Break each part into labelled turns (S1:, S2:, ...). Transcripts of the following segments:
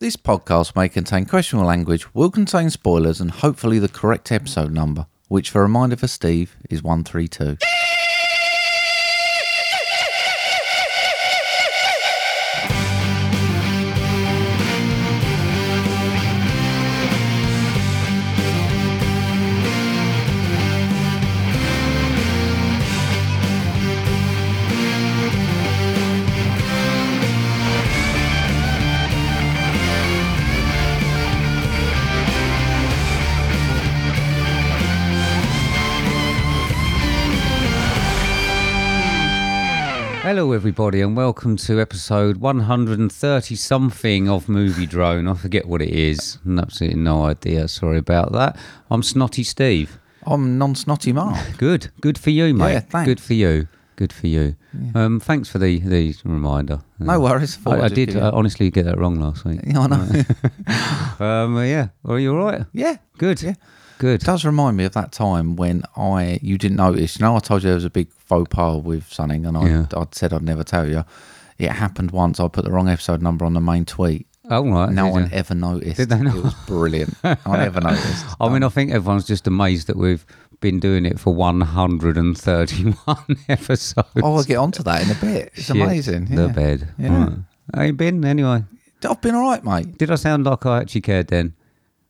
S1: This podcast may contain questionable language, will contain spoilers, and hopefully the correct episode number, which, for a reminder for Steve, is 132.
S2: Hello, everybody, and welcome to episode 130 something of Movie Drone. I forget what it is. N- Absolutely no idea. Sorry about that. I'm Snotty Steve.
S1: I'm non snotty Mark.
S2: Good. Good for you, mate.
S1: Yeah, thanks.
S2: Good for you. Good for you. Um, thanks for the, the reminder.
S1: No worries.
S2: I, I
S1: I'd
S2: did
S1: give you-
S2: uh, honestly get that wrong last week.
S1: Yeah, I know.
S2: Um, yeah. Are you all right?
S1: yeah.
S2: Good.
S1: Yeah.
S2: Good.
S1: It does remind me of that time when I you didn't notice. You know, I told you there was a big faux pas with something, and I,
S2: Yeah.
S1: I'd said I'd never tell you. It happened once. I put the wrong episode number on the main tweet.
S2: All right.
S1: No
S2: Oh, did
S1: one
S2: ya?
S1: ever noticed.
S2: Did they not? Oh,
S1: It was brilliant. I never noticed.
S2: I mean, I think everyone's just amazed that we've been doing it for 131 episodes.
S1: Oh, I'll get onto that in a bit. It's
S2: Shit,
S1: amazing.
S2: The
S1: yeah.
S2: bed.
S1: Yeah.
S2: Right. How you been anyway?
S1: I've been all right, mate.
S2: Did I sound like I actually cared then?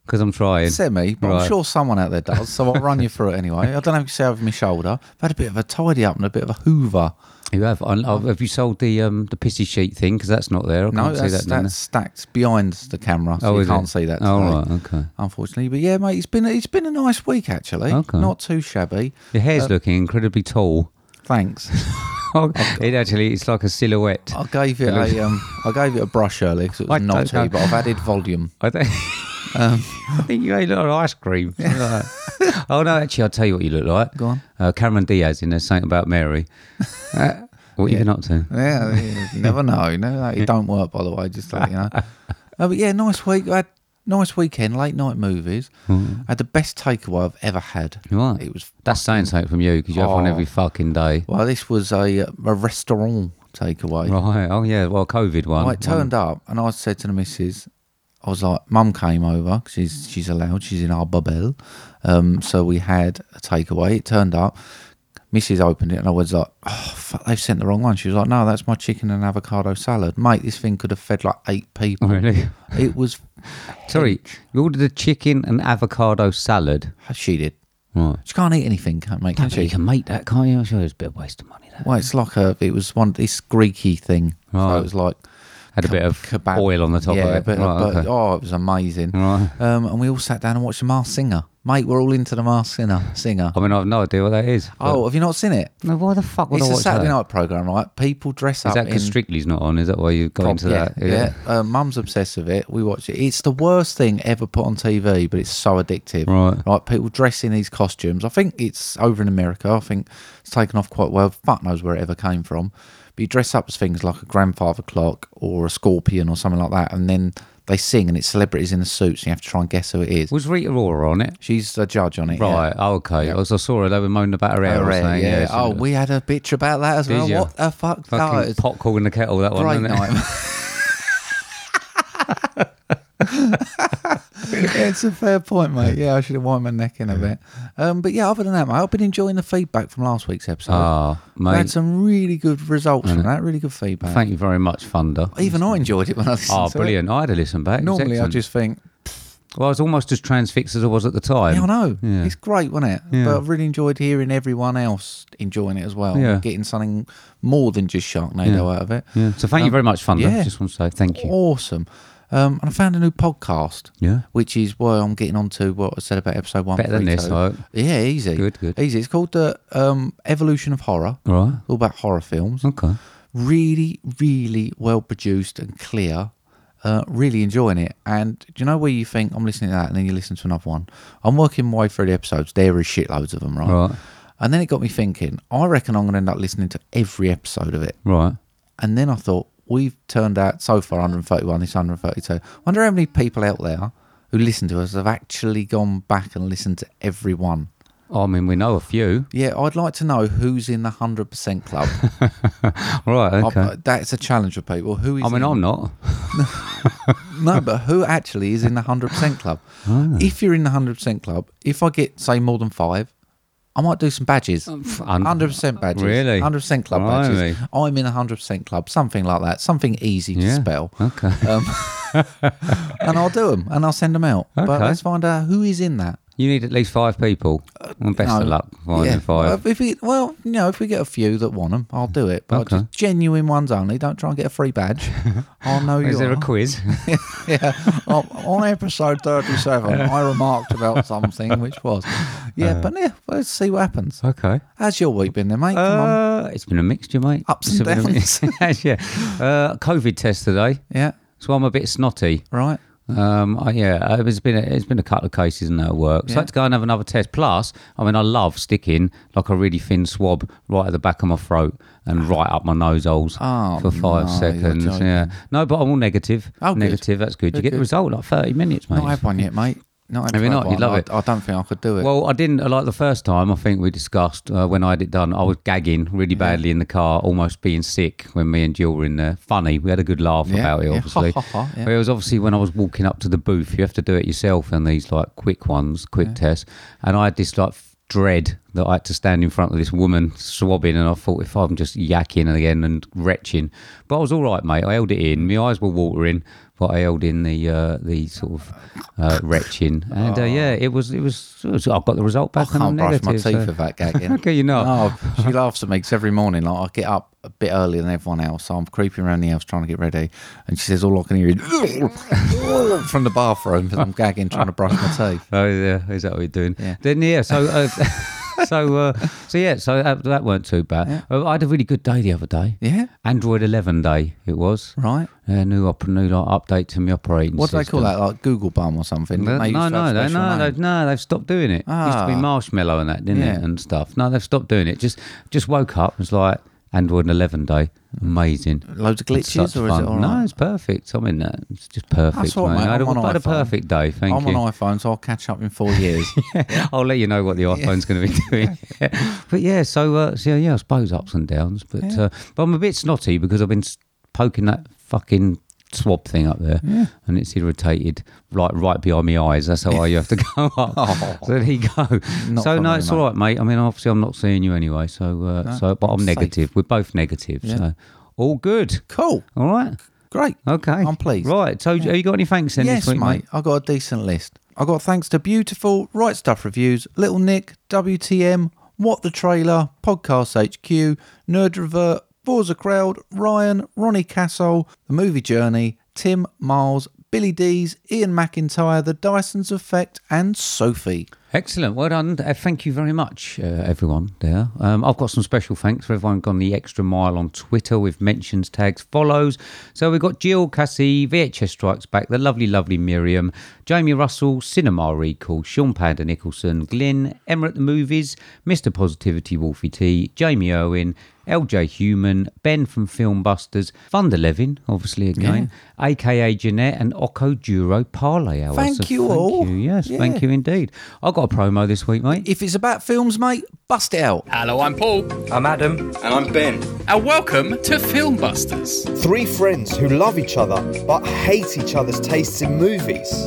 S2: Because I'm trying.
S1: Semi, but I'm
S2: Right.
S1: sure someone out there does. So I'll run you through it anyway. I don't know if you see over my shoulder. I've had a bit of a tidy up and a bit of a hoover.
S2: You have. I, I, have you sold the um the pissy sheet thing? Because that's not there. I
S1: No,
S2: can't see
S1: that's,
S2: that. now.
S1: that's stacked behind the camera, so
S2: Oh,
S1: you
S2: is it?
S1: can't see that. Today,
S2: Oh, right. Okay.
S1: Unfortunately, but yeah, mate, it's been it's been a nice week actually.
S2: Okay.
S1: Not too shabby.
S2: Your hair's
S1: Uh,
S2: looking incredibly tall.
S1: Thanks. Oh,
S2: it actually, it's like a silhouette.
S1: I gave it a um, I gave it a brush earlier because it
S2: I
S1: was
S2: don't
S1: knotty,
S2: know.
S1: but I've added volume.
S2: I think,
S1: Um,
S2: I think you ate a lot of ice cream. oh no, actually, I'll tell you what you look like.
S1: Go on.
S2: Uh, Cameron Diaz in there's something about Mary. Uh, what you been up to?
S1: Yeah, you never know. No, it don't work by the way. Just like you know. Uh, but yeah, nice week. I had nice weekend. Late night movies. I had the best takeaway I've ever had.
S2: Right.
S1: It was
S2: That's saying something from you because you have one
S1: Oh.
S2: every fucking day.
S1: well. This was a a restaurant takeaway.
S2: Right. Oh yeah. Well, COVID one.
S1: I turned up and I said to the missus, I was like, Mum came over 'cause she's she's allowed. She's in our bubble, um, so we had a takeaway. It turned up. Mrs. opened it and I was like, "Oh, fuck, they've sent the wrong one." She was like, "No, that's my chicken and avocado salad, mate. This thing could have fed like eight people.
S2: Really?
S1: It was."
S2: Sorry. You ordered a chicken and avocado salad.
S1: She did.
S2: Right.
S1: She can't eat anything, can't mate. Can
S2: But you
S1: she?
S2: can make that, can't you? I'm sure it's a bit of waste of money. That
S1: Well, it's like a. It was one this Greeky thing. So
S2: Right.
S1: it was like
S2: had a bit of
S1: kebab
S2: oil on the top
S1: yeah,
S2: of it.
S1: but,
S2: right,
S1: but
S2: okay.
S1: oh, it was amazing.
S2: Right.
S1: Um, and we all sat down and watched The Masked Singer. Mate, we're all into The Masked Singer. Singer.
S2: I mean, I've no idea what that is. but-
S1: Oh, have you not seen it?
S2: no, why the fuck would
S1: it's
S2: I
S1: a
S2: watch
S1: Saturday
S2: that?
S1: night program, right? People dress
S2: Is
S1: up
S2: that
S1: in
S2: because Strictly's not on? Is that why you got into
S1: yeah,
S2: that? Is
S1: yeah.
S2: it?
S1: Uh, Mum's obsessed with it. We watch it. It's the worst thing ever put on TV, but it's so addictive.
S2: Right.
S1: Right. People dress in these costumes. I think it's over in America. I think it's taken off quite well. Fuck knows where it ever came from. But you dress up as things like a grandfather clock or a scorpion or something like that, and then they sing, and it's celebrities in the suits, and you have to try and guess who it is.
S2: Was Rita Ora on it?
S1: She's the judge on it. yeah.
S2: Right. oh, okay. I, was, I saw her. They were moaning about her hair.
S1: Oh,
S2: or
S1: right,
S2: something,
S1: yeah.
S2: she
S1: Oh,
S2: was-
S1: we had a bitch about that as
S2: Did
S1: well.
S2: you?
S1: What the fuck? No,
S2: fucking
S1: it's
S2: pot calling the kettle. That one.
S1: great
S2: wasn't it?
S1: night. yeah, it's a fair point, mate. Yeah, I should have whined my neck in a bit. Um, but yeah, other than that, mate, I've been enjoying the feedback from last week's episode.
S2: Ah,
S1: we had
S2: mate.
S1: some really good results from that. Really good feedback.
S2: Thank you very much, Thunder.
S1: Even I enjoyed it when I listened
S2: Oh,
S1: to
S2: brilliant. I had a listen back.
S1: it.
S2: It was
S1: Normally, I
S2: excellent.
S1: just think,
S2: Well, I was almost as transfixed as I was at the time.
S1: yeah, I know.
S2: Yeah.
S1: It's great, wasn't it?
S2: Yeah.
S1: But I've really enjoyed hearing everyone else enjoying it as well.
S2: Yeah.
S1: Getting something more than just Sharknado
S2: Yeah.
S1: out of it.
S2: Yeah. So thank you very much, Thunder.
S1: yeah. Oh.
S2: Just want to say thank you.
S1: Awesome. Um, and I found a new podcast.
S2: Yeah.
S1: Which is why I'm getting on to what I said about episode one.
S2: Better than this, I hope.
S1: Yeah, easy.
S2: Good, good.
S1: Easy. It's called the um, Evolution of Horror.
S2: Right.
S1: All about horror films.
S2: Okay.
S1: Really, really well produced and clear. Uh, really enjoying it. And do you know where you think I'm listening to that and then you listen to another one? I'm working my way through the episodes. There is shitloads of them, right?
S2: Right.
S1: And then it got me thinking, I reckon I'm going to end up listening to every episode of it.
S2: Right.
S1: And then I thought, we've turned out so far 131, this 132. Wonder how many people out there who listen to us have actually gone back and listened to everyone.
S2: I mean, we know a few.
S1: Yeah, I'd like to know who's in the hundred percent club.
S2: Right.
S1: I've-
S2: Okay.
S1: uh, That's a challenge for people. Who is?
S2: I mean,
S1: in-
S2: I'm not.
S1: no, but who actually is in the hundred percent club?
S2: Oh.
S1: If you're in the hundred percent club, if I get say more than five, I might do some badges.
S2: un-
S1: Um, Hundred percent badges.
S2: Um, Really?
S1: Hundred percent club
S2: Blimey.
S1: badges. I'm in a hundred percent club. Something like that. Something easy to
S2: Yeah.
S1: spell.
S2: Okay.
S1: Um, and I'll do them, and I'll send them out. But
S2: Okay.
S1: let's find out who is in that.
S2: You need at least five people. Well, best
S1: Uh, no.
S2: of luck finding
S1: Well,
S2: five.
S1: If we, well, you know, if we get a few that want them, I'll do it. But
S2: Okay.
S1: just genuine ones only. Don't try and get a free badge. I'll know you.
S2: Is there
S1: are.
S2: a quiz?
S1: yeah. Oh, on episode 37, I remarked about something, which was, yeah,
S2: Uh.
S1: but yeah, let's see what happens.
S2: okay.
S1: How's your week been then, mate? Come on.
S2: Uh, it's been a mixture, mate.
S1: Ups
S2: It's
S1: and
S2: been a mi-
S1: downs.
S2: yeah. Uh, COVID test today,
S1: Yeah,
S2: so I'm a bit snotty.
S1: right.
S2: Um, I, yeah, uh, it's been a, it's been a couple of cases now at work. So I
S1: Yeah.
S2: had to go and have another test. Plus, I mean, I love sticking like a really thin swab right at the back of my throat and right up my nose holes
S1: Ah. Oh,
S2: for five
S1: no, you're
S2: seconds.
S1: joking.
S2: Yeah, no, but I'm all negative.
S1: Oh, good.
S2: negative. That's good.
S1: Good,
S2: you get the
S1: good.
S2: result like 30 minutes, mate.
S1: Not had one yet, mate. Not had
S2: Have you
S1: to have
S2: not? You'd
S1: one.
S2: love
S1: I,
S2: it.
S1: I don't think I could do it.
S2: Well, I didn't like the first time. I think we discussed uh, when I had it done. I was gagging really badly in the car, almost being sick when me and Jill were in there. Funny, we had a good laugh
S1: Yeah,
S2: about it,
S1: yeah.
S2: obviously.
S1: Ha, ha, ha, yeah.
S2: But it was obviously when I was walking up to the booth. You have to do it yourself in these like quick ones, quick tests. And I had this like f- dread that I had to stand in front of this woman swabbing, and I thought if I'm just yakking again and retching, but I was all right, mate. I held it in. My eyes were watering. But I held in the uh, the sort of uh, retching, and uh, yeah, it was it was. it was- I got the result
S1: I
S2: back. and
S1: can't
S2: I'm
S1: brush my teeth
S2: negative, so-
S1: with that gagging.
S2: How can you not?
S1: No, Oh, she laughs at me 'cause every morning. Like I get up a bit earlier than everyone else, so I'm creeping around the house trying to get ready, and she says all I can hear is from the bathroom because I'm gagging trying to brush my teeth.
S2: Oh yeah, is that what you're doing?
S1: Yeah.
S2: Then yeah, so uh, so uh, so yeah, so that, that weren't too bad. Uh, I had a really good day the other day.
S1: Yeah,
S2: Android 11 day it was.
S1: right.
S2: A new up, new like, update to my operating
S1: What do they call
S2: system.
S1: that? Like Google bum or something?
S2: No,
S1: Didn't they used
S2: no,
S1: to have
S2: no,
S1: a
S2: they,
S1: special
S2: no,
S1: name?
S2: they've, no, they've stopped doing it. Used to be
S1: Ah.
S2: marshmallow and that, didn't it,
S1: Yeah.
S2: and stuff. No, they've stopped doing it. Just, just woke up. It was like Android 11 day. Amazing.
S1: Loads of
S2: It's
S1: glitches,
S2: such
S1: or is
S2: fun.
S1: it all
S2: No,
S1: right?
S2: it's perfect. I mean, that it's just perfect.
S1: all right,
S2: mate. I had,
S1: I'm
S2: a-
S1: on
S2: I had a
S1: iPhone.
S2: perfect day. Thank
S1: I'm
S2: you.
S1: on iPhone, so I'll catch up in four years.
S2: I'll let you know what the iPhone's going to be doing. But yeah, so uh, so yeah, I suppose ups and downs. But uh, but I'm a bit snotty because I've been s- poking that fucking swab thing up there, and it's irritated right right behind my eyes. That's how high you have to go up. So there you go.
S1: Oh. Not
S2: so
S1: for
S2: no,
S1: me,
S2: it's
S1: mate.
S2: all right, mate. I mean, obviously I'm not seeing you anyway. So uh, so but I'm
S1: safe.
S2: negative. We're both negative. So all good.
S1: cool,
S2: All right.
S1: great.
S2: Okay.
S1: I'm pleased.
S2: Right. So have you got any thanks then
S1: Yes,
S2: this week,
S1: mate. I got a decent list. I got thanks to beautiful Right Stuff Reviews, Little Nick, WTM, What the Trailer, Podcast HQ, Nerd Revert, Forza Crowd, Ryan, Ronnie Castle, The Movie Journey, Tim, Miles, Billy Dees, Ian McIntyre, The Dyson's Effect, and Sophie.
S2: Excellent. Well done. Uh, thank you very much, uh, everyone there. Um, I've got some special thanks for everyone gone the extra mile on Twitter with mentions, tags, follows. So we've got Jill, Cassie, VHS Strikes Back, the lovely, lovely Miriam, Jamie Russell, Cinema Recall, Sean Panda Nicholson, Glyn, Emma at the Movies, Mr. Positivity Wolfie T, Jamie Owen, LJ Human, Ben from Filmbusters, Thunder Levin, obviously again, aka Jeanette, and Oko Duro Parlay Hour.
S1: Thank you all.
S2: you. Yes, thank
S1: Yeah.
S2: you indeed. I got a promo this week, mate.
S1: If it's about films, mate, bust it out.
S3: Hello, I'm Paul.
S4: I'm Adam.
S3: And I'm Ben. And welcome to Filmbusters.
S5: Three friends who love each other but hate each other's tastes in movies.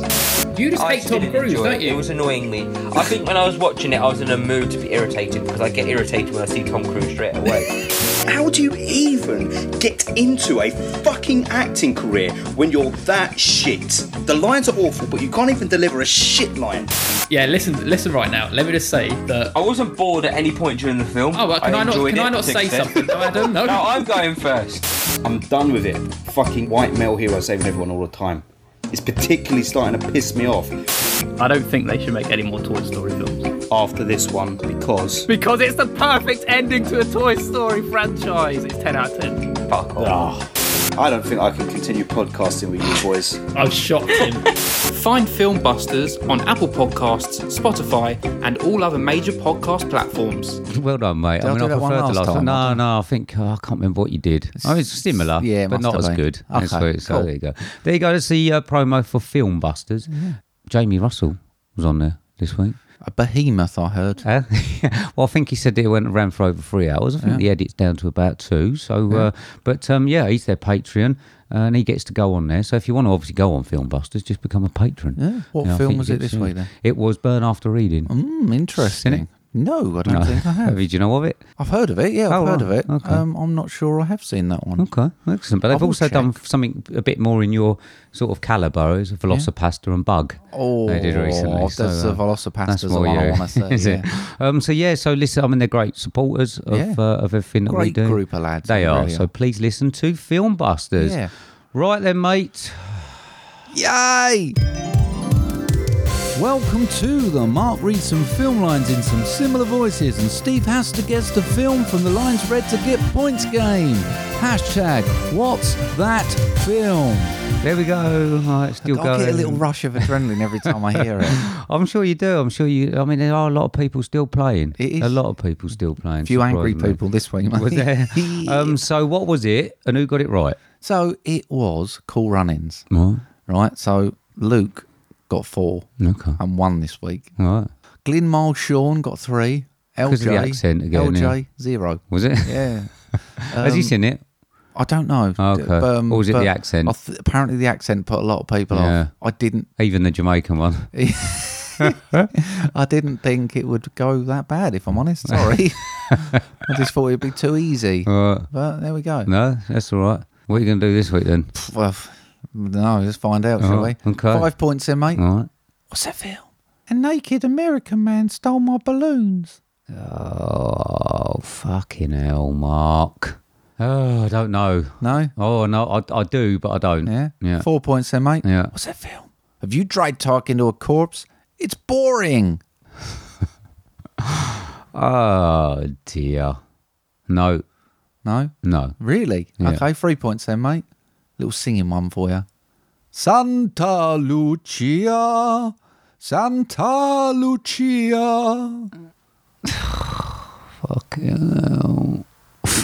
S3: You just
S4: I
S3: hate
S4: just
S3: Tom
S4: didn't
S3: Cruise,
S4: enjoy
S3: don't
S4: it. It
S3: you?
S4: was annoying me. I think when I was watching it, I was in a mood to be irritated because I get irritated when I see Tom Cruise straight away.
S6: How do you even get into a fucking acting career when you're that shit? The lines are awful, but you can't even deliver a shit line.
S3: Yeah, listen, listen right now. Let me just say that.
S4: I wasn't bored at any point during the film.
S3: Oh, well, can I, not?
S4: enjoyed
S3: Can
S4: it
S3: I not
S4: to
S3: say
S4: extent.
S3: something? No, Adam, no.
S4: no, I'm going first.
S6: I'm done with it. Fucking white male hero saving everyone all the time. It's particularly starting to piss me off
S7: I don't think they should make any more Toy Story films.
S6: after this one because
S7: Because it's the perfect ending to a Toy Story franchise. It's 10 out of 10.
S4: Fuck off.
S6: ah, I don't think I can continue podcasting with you boys.
S7: I shot him.
S8: Find Filmbusters on Apple Podcasts, Spotify, and all other major podcast platforms.
S2: Well done, mate.
S1: I
S2: I mean,
S1: do
S2: I
S1: that one
S2: prefer the
S1: last
S2: last
S1: time?
S2: one.
S1: I
S2: No,
S1: don't-
S2: no, I think oh, I can't remember what you did. Oh, it's similar,
S1: yeah, it
S2: but
S1: must
S2: not
S1: have
S2: as
S1: been.
S2: good. That's
S1: Okay,
S2: what- so
S1: cool.
S2: there you go. There you go. That's the uh, promo for Filmbusters. Jamie Russell was on there this week.
S1: A behemoth, I heard.
S2: Uh, well, I think he said it went ran for over three hours. I think the edit's down to about two. So, uh, but um, yeah, he's their Patreon, uh, and he gets to go on there. So, if you want to obviously go on Filmbusters, just become a patron.
S1: Yeah. What
S2: I
S1: film
S2: think
S1: was
S2: you
S1: it
S2: get
S1: this
S2: to-
S1: week then?
S2: It was Burn After Reading.
S1: Mm,
S2: Seen
S1: interesting.
S2: it?
S1: No, I don't think I have.
S2: Did you know of it?
S1: I've heard of it. Yeah, I've
S2: Oh,
S1: heard of
S2: right.
S1: it.
S2: Okay.
S1: Um, I'm not sure I have seen that one.
S2: Okay, excellent. But they've
S1: will
S2: also done
S1: check.
S2: something a bit more in your sort of caliber, is Velocipasta and Bug.
S1: Oh,
S2: they did recently.
S1: that's the Velocipasta's
S2: that's
S1: the
S2: more
S1: one I
S2: you,
S1: wanna see,
S2: is it?
S1: yeah.
S2: Um, so yeah, so listen, I mean they're great supporters of
S1: Yeah.
S2: uh, of everything that we
S1: Great
S2: do.
S1: group of lads,
S2: They
S1: they
S2: are.
S1: really
S2: so
S1: are.
S2: please listen to Filmbusters.
S1: Yeah.
S2: Right then, mate.
S1: Yay! Welcome to the Mark reads some film lines in some similar voices, and Steve Haster gets the film from the lines read to get points game. Hashtag What's That Film?
S2: There we go. All right, still
S1: I
S2: going.
S1: get a little rush of adrenaline every time I hear it.
S2: I'm sure you do. I'm sure you. I mean, there are a lot of people still playing.
S1: It is-
S2: A lot of people still playing.
S1: A few angry
S2: surprisingly.
S1: people this week, mate.
S2: Was there? um, so what was it, and who got it right?
S1: So it was Cool Runnings, right? So Luke got four
S2: Okay.
S1: and one this week.
S2: All right.
S1: Glenmore Sean got three. LJ,
S2: 'Cause of the accent again,
S1: LJ zero.
S2: Was it?
S1: Yeah.
S2: Has he
S1: Um,
S2: seen it?
S1: I don't know. Um,
S2: Okay. Or was it the accent?
S1: I th- apparently, the accent put a lot of people
S2: Yeah.
S1: off. I didn't.
S2: Even the Jamaican one.
S1: I didn't think it would go that bad. If I'm honest, sorry. I just thought it'd be too easy.
S2: All
S1: but there we go.
S2: No, that's all right. What are you going to do this week then?
S1: Pff, Well, f- no, let's find out, shall
S2: Oh,
S1: we?
S2: okay.
S1: Five points in, mate.
S2: All right.
S1: What's that film? A naked American man stole my balloons.
S2: Oh, fucking hell, Mark. Oh, I don't know.
S1: No.
S2: Oh, no, I, I do, but I don't.
S1: Yeah.
S2: Yeah.
S1: Four points there, mate.
S2: Yeah.
S1: What's that film? Have you tried talking to a corpse? It's boring.
S2: Oh, dear. No,
S1: No.
S2: no.
S1: Really?
S2: Yeah.
S1: Okay. Three points there, mate. Little singing one for you. Santa Lucia. Santa Lucia.
S2: Fucking hell.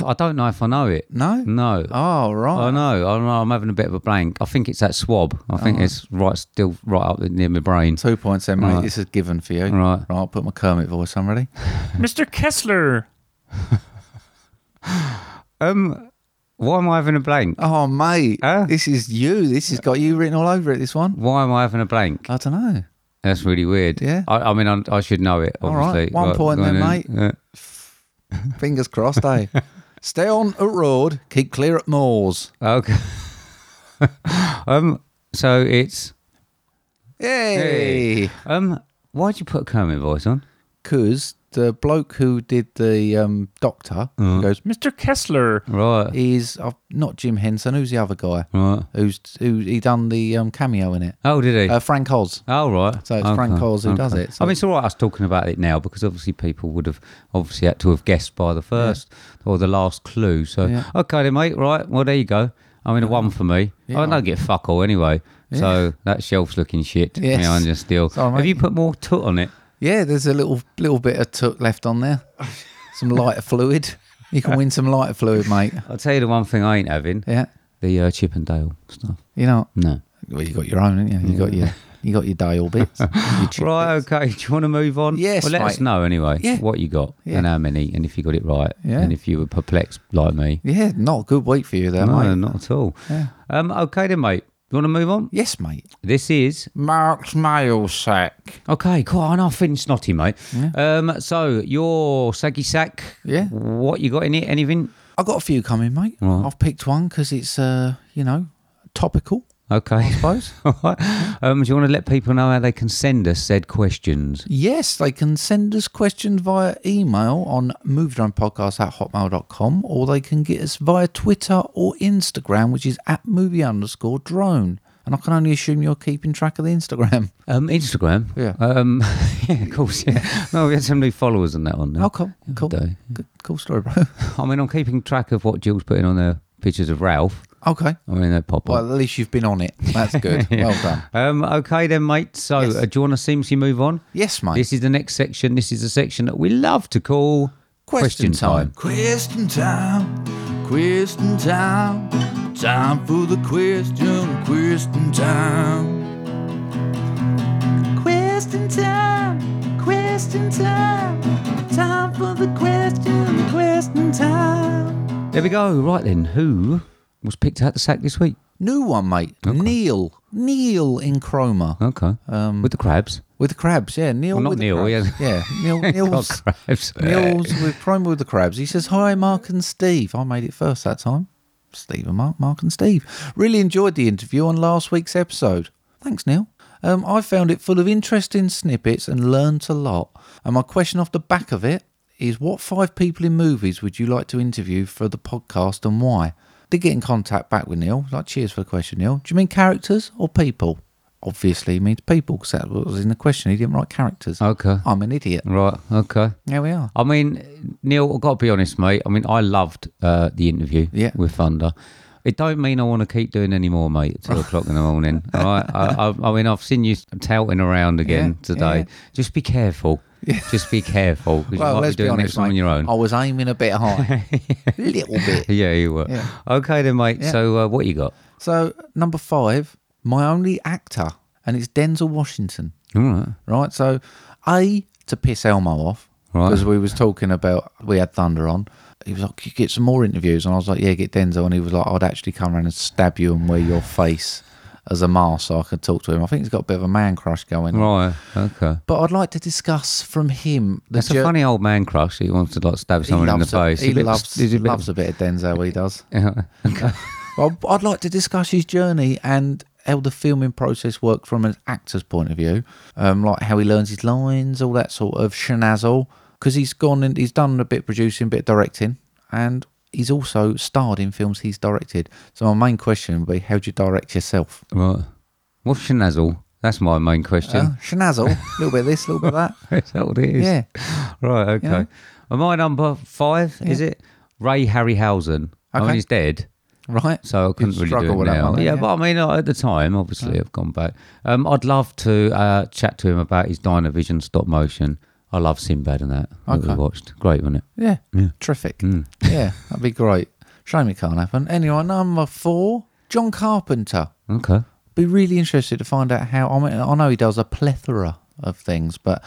S2: I don't know if I know it.
S1: No?
S2: No.
S1: Oh, right.
S2: I know, I know. I'm having a bit of a blank. I think it's that swab. I think it's right, still right up near my brain.
S1: Two points there, mate.
S2: Right.
S1: This is given for you.
S2: Right.
S1: Right, I'll put my Kermit voice on. Ready?
S7: Mr. Kessler.
S2: Um, why am I having a blank?
S1: Oh, mate.
S2: Huh?
S1: This is you. This has got you written all over it, this one.
S2: Why am I having a blank?
S1: I don't know.
S2: That's really weird.
S1: Uh, Yeah.
S2: I, I mean, I, I should know it.
S1: All right,
S2: Obviously.
S1: one
S2: Like,
S1: point
S2: going
S1: then,
S2: in-
S1: mate.
S2: Yeah.
S1: Fingers crossed, eh? Stay on a road, keep clear at moors.
S2: Okay. um. So it's
S1: Hey!
S2: um. Why'd you put a Kermit voice on?
S1: Because the bloke who did the um, doctor who goes,
S7: Mr. Kessler.
S2: Right.
S1: is uh, not Jim Henson. Who's the other guy?
S2: Right.
S1: Who's who? He done the um, cameo in it.
S2: Oh, did he?
S1: Uh, Frank Oz.
S2: oh, right.
S1: so it's Frank Coles who does it, so-
S2: I mean, it's all right us talking about it now because obviously people would have obviously had to have guessed by the first or the last clue. So
S1: Yeah.
S2: okay, then, mate. Right. Well, there you go. I mean, a one for me. I don't get fuck all anyway. So that shelf's looking shit.
S1: Yes.
S2: Yeah, I'm just still.
S1: Sorry,
S2: have
S1: mate.
S2: you put more toot on it?
S1: Yeah, there's a little little bit of took left on there. Some lighter fluid. You can win some lighter fluid, mate.
S2: I'll tell you the one thing I ain't having
S1: Yeah,
S2: the uh, Chippendale stuff.
S1: you know.
S2: No.
S1: Well, you got your own, haven't you? You got your you got your dial bits. your chip
S2: Right,
S1: bits.
S2: okay. Do you want to move on?
S1: Yes,
S2: Well, let us
S1: mate.
S2: know anyway
S1: Yeah.
S2: what you got
S1: Yeah.
S2: and how many, and if you got it right,
S1: Yeah.
S2: and if you were perplexed like me.
S1: Yeah, not a good week for you there,
S2: no,
S1: mate.
S2: not at all. Um, okay then, mate. You want to move on?
S1: Yes, mate.
S2: This is
S1: Mark's mail sack.
S2: okay. Cool. I know I'm feeling snotty, mate. Um, so your saggy sack.
S1: Yeah.
S2: What you got in it? Anything?
S1: I got a few coming, mate.
S2: Right.
S1: I've picked one because it's uh, you know, topical,
S2: Okay.
S1: I suppose.
S2: um, do you want to let people know how they can send us said questions?
S1: Yes, they can send us questions via email on moviedownpodcast at hotmail.com or they can get us via Twitter or Instagram, which is at movie underscore drone. And I can only assume you're keeping track of the Instagram.
S2: Um, Instagram.
S1: Yeah.
S2: Um, yeah, of course. Yeah. no, we had some new followers on that one. now.
S1: Oh, cool. Cool.
S2: day.
S1: Good, cool story, bro.
S2: I mean, I'm keeping track of what Jill's putting on her pictures of Ralph.
S1: okay.
S2: I mean, they pop
S1: Well,
S2: up.
S1: at least you've been on it. That's good. Well done.
S2: Um, okay then, mate. So,
S1: Yes.
S2: uh, do you want to seamlessly move on?
S1: Yes, mate.
S2: This is the next section. This is a section that we love to call Question, Time.
S1: Question time. Question time. Time for the question. Question time. Question time. Question
S2: There we go. Right then, who was picked out the sack this week?
S1: New one, mate. Neil. Neil in Chroma.
S2: Okay.
S1: Um,
S2: With the crabs.
S1: With the crabs, yeah. Neil
S2: Well, not
S1: with the
S2: Neil,
S1: crabs. Yeah, Neil, Neil's,
S2: God, crabs.
S1: Neil's with Prime with the crabs. He says, Hi, Mark and Steve. I made it first that time. Steve and Mark, Mark and Steve. Really enjoyed the interview on last week's episode. Thanks, Neil. Um, I found it full of interesting snippets and learnt a lot. And my question off the back of it is what five people in movies would you like to interview for the podcast and why? Did get in contact back with Neil. Like, cheers for the question, Neil. Do you mean characters or people? Obviously, he means people because that was in the question. He didn't write characters.
S2: Okay.
S1: I'm an idiot.
S2: Right. Okay.
S1: There we are.
S2: I mean, Neil, I've got to be honest, mate. I mean, I loved uh, the interview
S1: Yeah.
S2: with Thunder. It don't mean I want to keep doing any more, mate. at Two o'clock in the morning. All right? I, I, I mean, I've seen you touting around again
S1: Yeah,
S2: today.
S1: yeah.
S2: Just be careful. Just be careful. 'cause you might be doing this on
S1: mate.
S2: your own.
S1: I was aiming a bit high, little bit.
S2: Yeah, you were.
S1: Yeah.
S2: Okay, then, mate.
S1: Yeah.
S2: So, uh, what you got?
S1: So number five, my only actor, and it's Denzel Washington.
S2: All right.
S1: Right. So a to piss Elmo off
S2: Right.
S1: because we was talking about we had Thunder on. He was like, "Can you get some more interviews?" And I was like, "Yeah, get Denzel." And he was like, "I'd actually come around and stab you and wear your face as a mask so I could talk to him." I think he's got a bit of a man crush going. on.
S2: Right. Okay.
S1: But I'd like to discuss from him. The
S2: That's a
S1: jour-
S2: funny old man crush. He wants to like stab
S1: He
S2: someone in the
S1: loves a-
S2: face.
S1: He
S2: He's a bit-
S1: loves,
S2: he's a bit-
S1: loves a bit of Denzel. He does. Well, I'd like to discuss his journey and how the filming process worked from an actor's point of view, um, like how he learns his lines, all that sort of shenazzle. Because he's gone and he's done a bit producing, bit directing, and he's also starred in films he's directed. So my main question would be, how do you direct yourself?
S2: Right. What's shenazzle? That's my main question.
S1: Uh, shenazzle, a little bit of this, a little bit of that.
S2: That's what it is.
S1: Yeah.
S2: Right, okay.
S1: Yeah.
S2: And my number five, is it? Ray Harryhausen. I mean,
S1: Okay.
S2: he's dead,
S1: Right.
S2: so I couldn't
S1: You'd
S2: really do
S1: struggle
S2: it
S1: with that
S2: now.
S1: one,
S2: yeah,
S1: yeah.
S2: but I mean, uh, at the time, obviously, I've gone back. Um, I'd love to uh, chat to him about his Dynavision stop motion. I love Sinbad and that. that we
S1: Okay.
S2: watched. Great, wasn't it?
S1: Yeah. Terrific. Yeah, that'd be great. Shame it can't happen. Anyway, number four, John Carpenter.
S2: Okay.
S1: be really interested to find out how I, mean, I know he does a plethora of things, but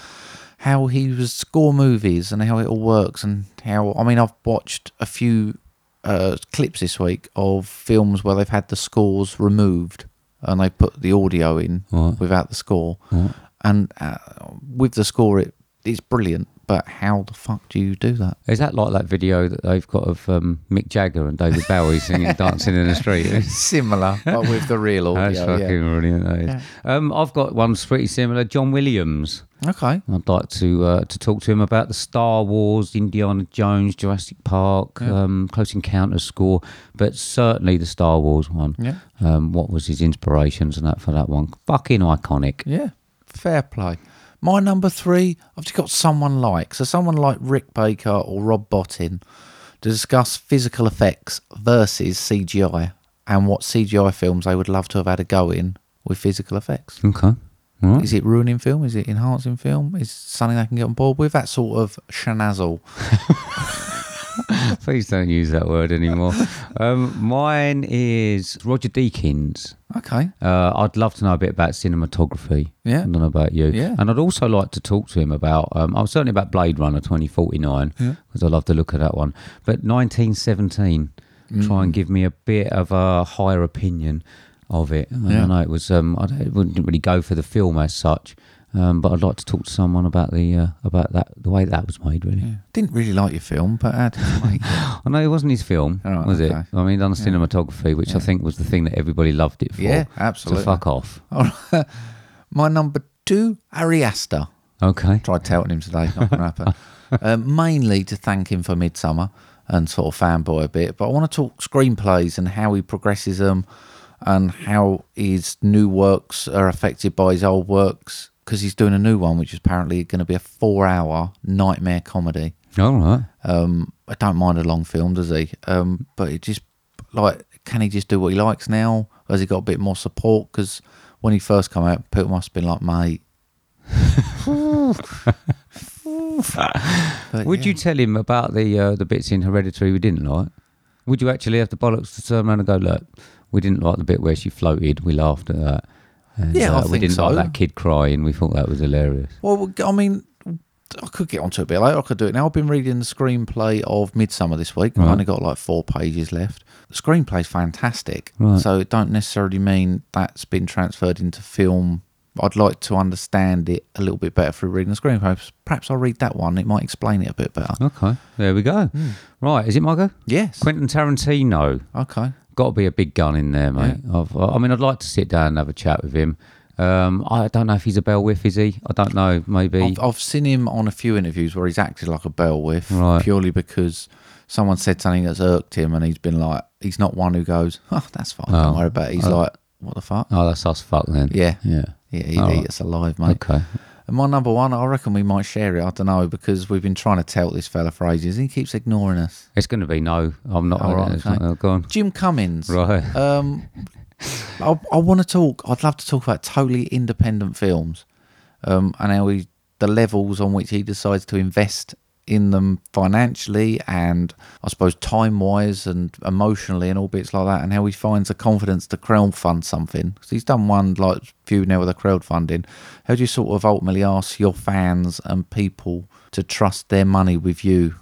S1: how he was score movies and how it all works and how I mean I've watched a few uh, clips this week of films where they've had the scores removed and they put the audio in without the score, and uh, with the score it it's brilliant. But how the fuck do you do that?
S2: Is that like that video that they've got of um, Mick Jagger and David Bowie singing Dancing in the Street?
S1: Similar, but with the real
S2: That's
S1: audio.
S2: fucking
S1: yeah.
S2: brilliant. that is. Um, I've got one that's pretty similar. John Williams.
S1: Okay.
S2: I'd like to uh, to talk to him about the Star Wars, Indiana Jones, Jurassic Park, um, Close Encounters score, but certainly the Star Wars one.
S1: Yeah.
S2: Um, what was his inspirations and that for that one? Fucking iconic.
S1: Yeah, fair play. My number three, I've just got someone like. So someone like Rick Baker or Rob Bottin to discuss physical effects versus CGI and what CGI films they would love to have had a go in with physical effects.
S2: Okay.
S1: Is it ruining film? Is it enhancing film? Is something they can get on board with? That sort of shenazzle.
S2: Please don't use that word anymore. um, mine is Roger Deakins.
S1: Okay.
S2: Uh, I'd love to know a bit about cinematography.
S1: Yeah.
S2: I don't know about you.
S1: Yeah.
S2: And I'd also like to talk to him about, um, I was certainly about Blade Runner 2049, because I love the look of that one. But 1917, try and
S1: Mm.
S2: give me a bit of a higher opinion of it. I
S1: Yeah.
S2: don't know, it was, um, I don't, it wouldn't really go for the film as such. Um, but I'd like to talk to someone about the uh, about that the way that was made, really.
S1: Didn't really like your film, but how did you make it?
S2: I know it wasn't his film,
S1: All right,
S2: was
S1: okay.
S2: it? I mean, on the cinematography, which I think was the thing that everybody loved it for.
S1: Yeah,
S2: So
S1: absolutely.
S2: fuck off.
S1: My number two, Ari Aster.
S2: Okay.
S1: Tried touting him today, not going to happen. um, mainly to thank him for Midsummer and sort of fanboy a bit, but I want to talk screenplays and how he progresses them and how his new works are affected by his old works because he's doing a new one, which is apparently going to be a four hour nightmare comedy.
S2: All right.
S1: Um, I don't mind a long film, does he? Um, but it just like can he just do what he likes now? Has he got a bit more support? Because when he first came out, people must have been like, mate. But
S2: Would
S1: yeah.
S2: you tell him about the uh, the bits in Hereditary we didn't like? Would you actually have the bollocks to turn around and go, look, we didn't like the bit where she floated, we laughed at that. And, uh,
S1: Yeah, I
S2: we
S1: think
S2: didn't
S1: so.
S2: like that kid crying, we thought that was hilarious.
S1: Well, I mean, I could get onto it a bit later. I could do it now. I've been reading the screenplay of Midsummer this week. I've only got like four pages left. The screenplay's fantastic, so it don't necessarily mean that's been transferred into film. I'd like to understand it a little bit better through reading the screenplay. Perhaps I'll read that one. It might explain it a bit better.
S2: Okay, there we go.
S1: Hmm.
S2: Right, is it my go?
S1: Yes.
S2: Quentin Tarantino.
S1: Okay.
S2: Got to be a big gun in there, mate. I've, I mean, I'd like to sit down and have a chat with him. Um, I don't know if he's a bell whiff, is he? I don't know. Maybe.
S1: I've, I've seen him on a few interviews where he's acted like a bell whiff
S2: Right.
S1: purely because someone said something that's irked him and he's been like, he's not one who goes, oh, that's fine, don't worry about it. He's like, what the fuck?
S2: oh, that's us fuck then.
S1: Yeah.
S2: Yeah.
S1: Yeah, he'd
S2: All
S1: eat
S2: right.
S1: us alive, mate.
S2: Okay.
S1: And my number one, I reckon we might share it. I don't know because we've been trying to tell this fella for ages and he keeps ignoring us.
S2: It's going to be no. I'm not.
S1: All right,
S2: it's
S1: okay.
S2: not- oh, go on.
S1: Jim Cummins.
S2: Right.
S1: Um, I, I want to talk. I'd love to talk about totally independent films, um, and how he, the levels on which he decides to invest in them financially and I suppose time wise and emotionally and all bits like that, and how he finds the confidence to crowdfund something. 'Cause he's done one like few now with the crowdfunding. How do you sort of ultimately ask your fans and people to trust their money with you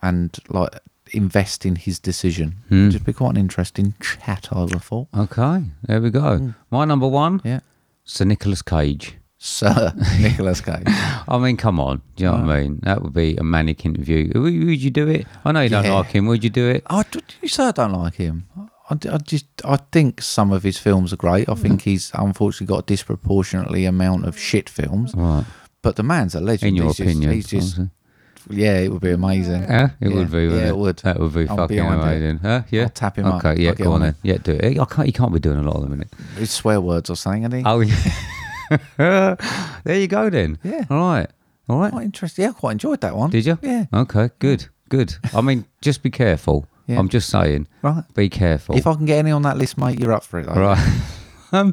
S1: and like invest in his decision. Just be quite an interesting chat, I would have thought.
S2: Okay. There we go. My number one.
S1: Mm. Yeah.
S2: Sir Nicholas Cage.
S1: Sir Nicholas Cage.
S2: I mean, come on. Do you know what I mean? That would be a manic interview. Would would you do it? I know you don't
S1: Yeah.
S2: like him. Would you do it?
S1: I, d- did you say I don't like him? I, d- I just I think some of his films are great.
S2: Mm.
S1: I think he's unfortunately got a disproportionately amount of shit films.
S2: Right.
S1: But the man's a legend.
S2: In your
S1: he's
S2: opinion.
S1: just, he's just
S2: obviously.
S1: yeah, it would be amazing.
S2: Yeah, it would be.
S1: Yeah,
S2: Wouldn't
S1: it?
S2: it?
S1: would.
S2: That would be
S1: I'm
S2: fucking
S1: behind it.
S2: amazing. Huh? Yeah.
S1: I'll tap him
S2: okay,
S1: up.
S2: Yeah,
S1: I'll get
S2: go
S1: on
S2: on
S1: it.
S2: then. Yeah, do it. I can't. You can't be doing a lot of them, innit?
S1: It's swear words or something, isn't he?
S2: Oh, yeah. there you go then.
S1: Yeah.
S2: All right. All right.
S1: Quite interesting. Yeah, I quite enjoyed that one.
S2: Did you?
S1: Yeah.
S2: Okay. Good. Good. I mean, just be careful.
S1: Yeah.
S2: I'm just saying.
S1: Right.
S2: Be careful.
S1: If I can get any on that list, mate, you're up for it. Though.
S2: Oh. Right. Um,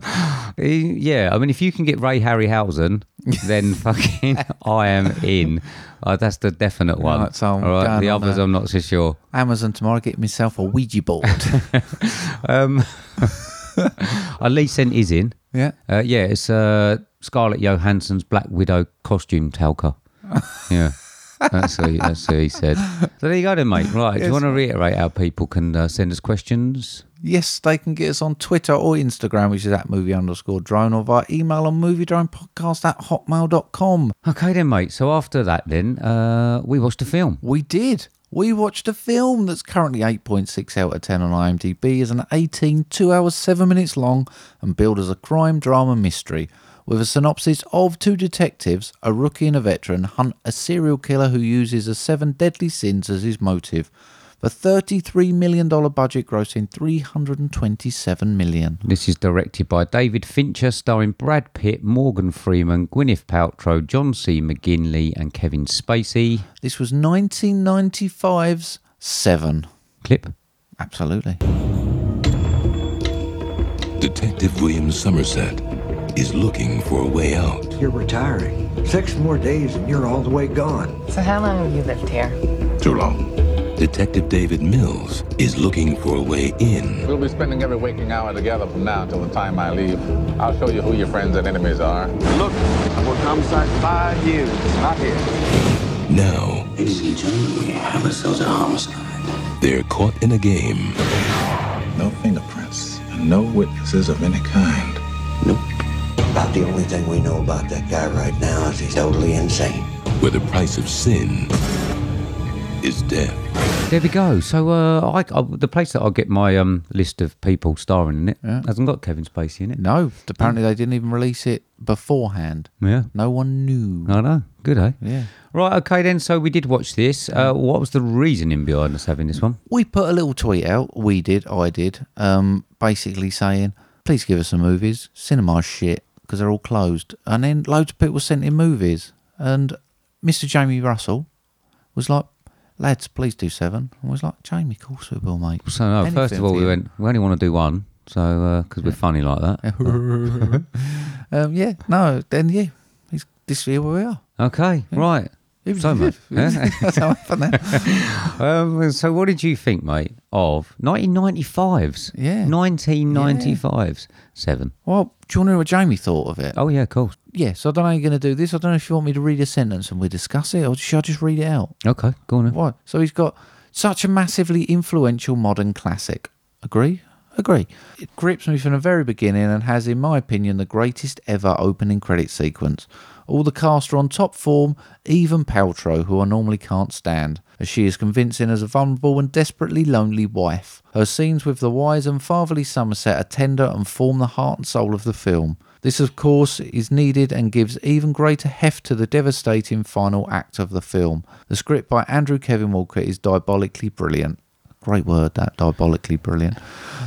S2: e- yeah, I mean, if you can get Ray Harryhausen, then fucking I am in. Uh, that's the definite one.
S1: Right, so I'm
S2: All right,
S1: going
S2: the
S1: on
S2: others
S1: that.
S2: I'm not so sure.
S1: Amazon tomorrow, get myself a Ouija board.
S2: At least sent is in.
S1: yeah.
S2: Uh, yeah, it's uh, Scarlett Johansson's Black Widow costume talca. yeah, that's what, he, that's what he said. So there you go then, mate. Right, do you want to reiterate how people can uh, send us questions?
S1: Yes, they can get us on Twitter or Instagram, which is at movie underscore drone, or via email on movie drone podcast at hotmail.com.
S2: Okay then, mate. So after that then, uh, we watched a film.
S1: We did. We watched a film that's currently 8.6 out of 10 on IMDb, is an 18, 2 hours, 7 minutes long, and billed as a crime, drama, mystery, with a synopsis of two detectives, a rookie and a veteran, hunt a serial killer who uses the seven deadly sins as his motive. The $33 million budget grossing $327 million.
S2: This is directed by David Fincher, starring Brad Pitt, Morgan Freeman, Gwyneth Paltrow, John C. McGinley, and Kevin Spacey.
S1: This was 1995's Seven.
S2: Clip.
S1: Absolutely.
S9: Detective William Somerset is looking for a way out.
S10: You're retiring. Six more days and you're all the way gone.
S11: So how long have you lived here?
S9: Too long. Detective David Mills is looking for a way in.
S10: We'll be spending every waking hour together from now until the time I leave. I'll show you who your friends and enemies are. Look, I will come inside five years, not here.
S9: Now,
S10: Ladies and gentlemen, we have ourselves a homicide.
S9: they're caught in a game
S10: No fingerprints and no witnesses of any kind. Nope. About the only thing we know about that guy right now is he's totally insane.
S9: where the price of sin is death.
S2: There we go. So uh, I, I, the place that I get my um, list of people starring in it hasn't got Kevin Spacey in it.
S1: No, apparently they didn't even release it beforehand.
S2: Yeah.
S1: No one knew.
S2: I know. Good, eh?
S1: Yeah.
S2: Right, okay then. So we did watch this. Uh, what was the reasoning behind us having this one?
S1: We put a little tweet out. We did. I did. Um, basically saying, please give us some movies. Cinema's shit because they're all closed. And then loads of people sent in movies. And Mr. Jamie Russell was like, lads, please do seven. And I was like, Jamie, of course we will, mate.
S2: So no, first of
S1: Anything
S2: all,
S1: to
S2: we
S1: you.
S2: went. We only want to do one, so because we're funny like that.
S1: Um, yeah. No. Then yeah. It's, this year where we are.
S2: Okay, right. so much. yeah.
S1: That's how I found that.
S2: um, so, what did you think, mate, of 1995s?
S1: Yeah.
S2: 1995s. Seven.
S1: Well, do you want to know what Jamie thought of it?
S2: Oh, yeah, of course.
S1: Yes, I don't know how you're going to do this. I don't know if you want me to read a sentence and we discuss it, or should I just read it out?
S2: Okay, go on. then.
S1: What? So he's got such a massively influential modern classic. Agree? Agree. It grips me from the very beginning and has, in my opinion, the greatest ever opening credit sequence. All the cast are on top form, even Paltrow, who I normally can't stand, as she is convincing as a vulnerable and desperately lonely wife. Her scenes with the wise and fatherly Somerset are tender and form the heart and soul of the film. This, of course, is needed and gives even greater heft to the devastating final act of the film. The script by Andrew Kevin Walker is diabolically brilliant. Great word, that diabolically brilliant.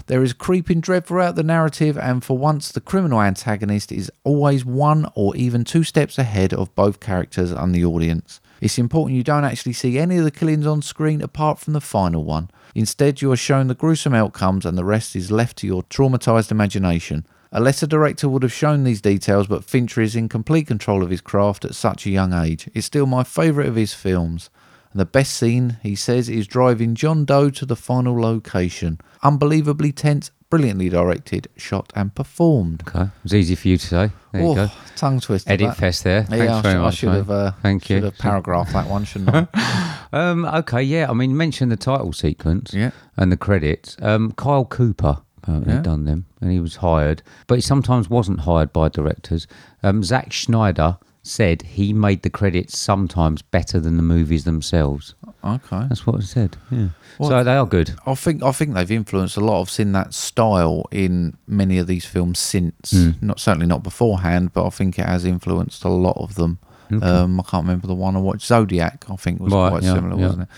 S1: There is creeping dread throughout the narrative, and for once, the criminal antagonist is always one or even two steps ahead of both characters and the audience. It's important you don't actually see any of the killings on screen apart from the final one. Instead, you are shown the gruesome outcomes, and the rest is left to your traumatized imagination. A lesser director would have shown these details, but Fincher is in complete control of his craft at such a young age. It's still my favourite of his films. And the best scene, he says, is driving John Doe to the final location. Unbelievably tense, brilliantly directed, shot and performed.
S2: Okay. It was easy for you to say. There you go.
S1: tongue twister.
S2: Edit
S1: that.
S2: fest there. Thanks
S1: yeah, I
S2: very
S1: should- I
S2: much,
S1: should
S2: mate.
S1: have. Uh,
S2: Thank you.
S1: Should have paragraphed that one, shouldn't I?
S2: Um, okay, yeah. I mean, mention the title sequence
S1: Yeah.
S2: and the credits. Um, Kyle Cooper apparently
S1: Yeah.
S2: done them, and he was hired, but he sometimes wasn't hired by directors. Um, Zack Schneider said he made the credits sometimes better than the movies themselves.
S1: okay.
S2: That's what it said. Yeah. so they are good.
S1: I think I think they've influenced a lot. I've seen that style in many of these films since.
S2: Hmm.
S1: Not certainly not beforehand, but I think it has influenced a lot of them. Um, I can't remember the one I watched. Zodiac, I think, was
S2: Right,
S1: quite
S2: yeah,
S1: similar,
S2: yeah.
S1: wasn't it?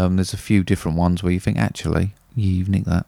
S1: Um, there's a few different ones where you think actually yeah, you've nicked that.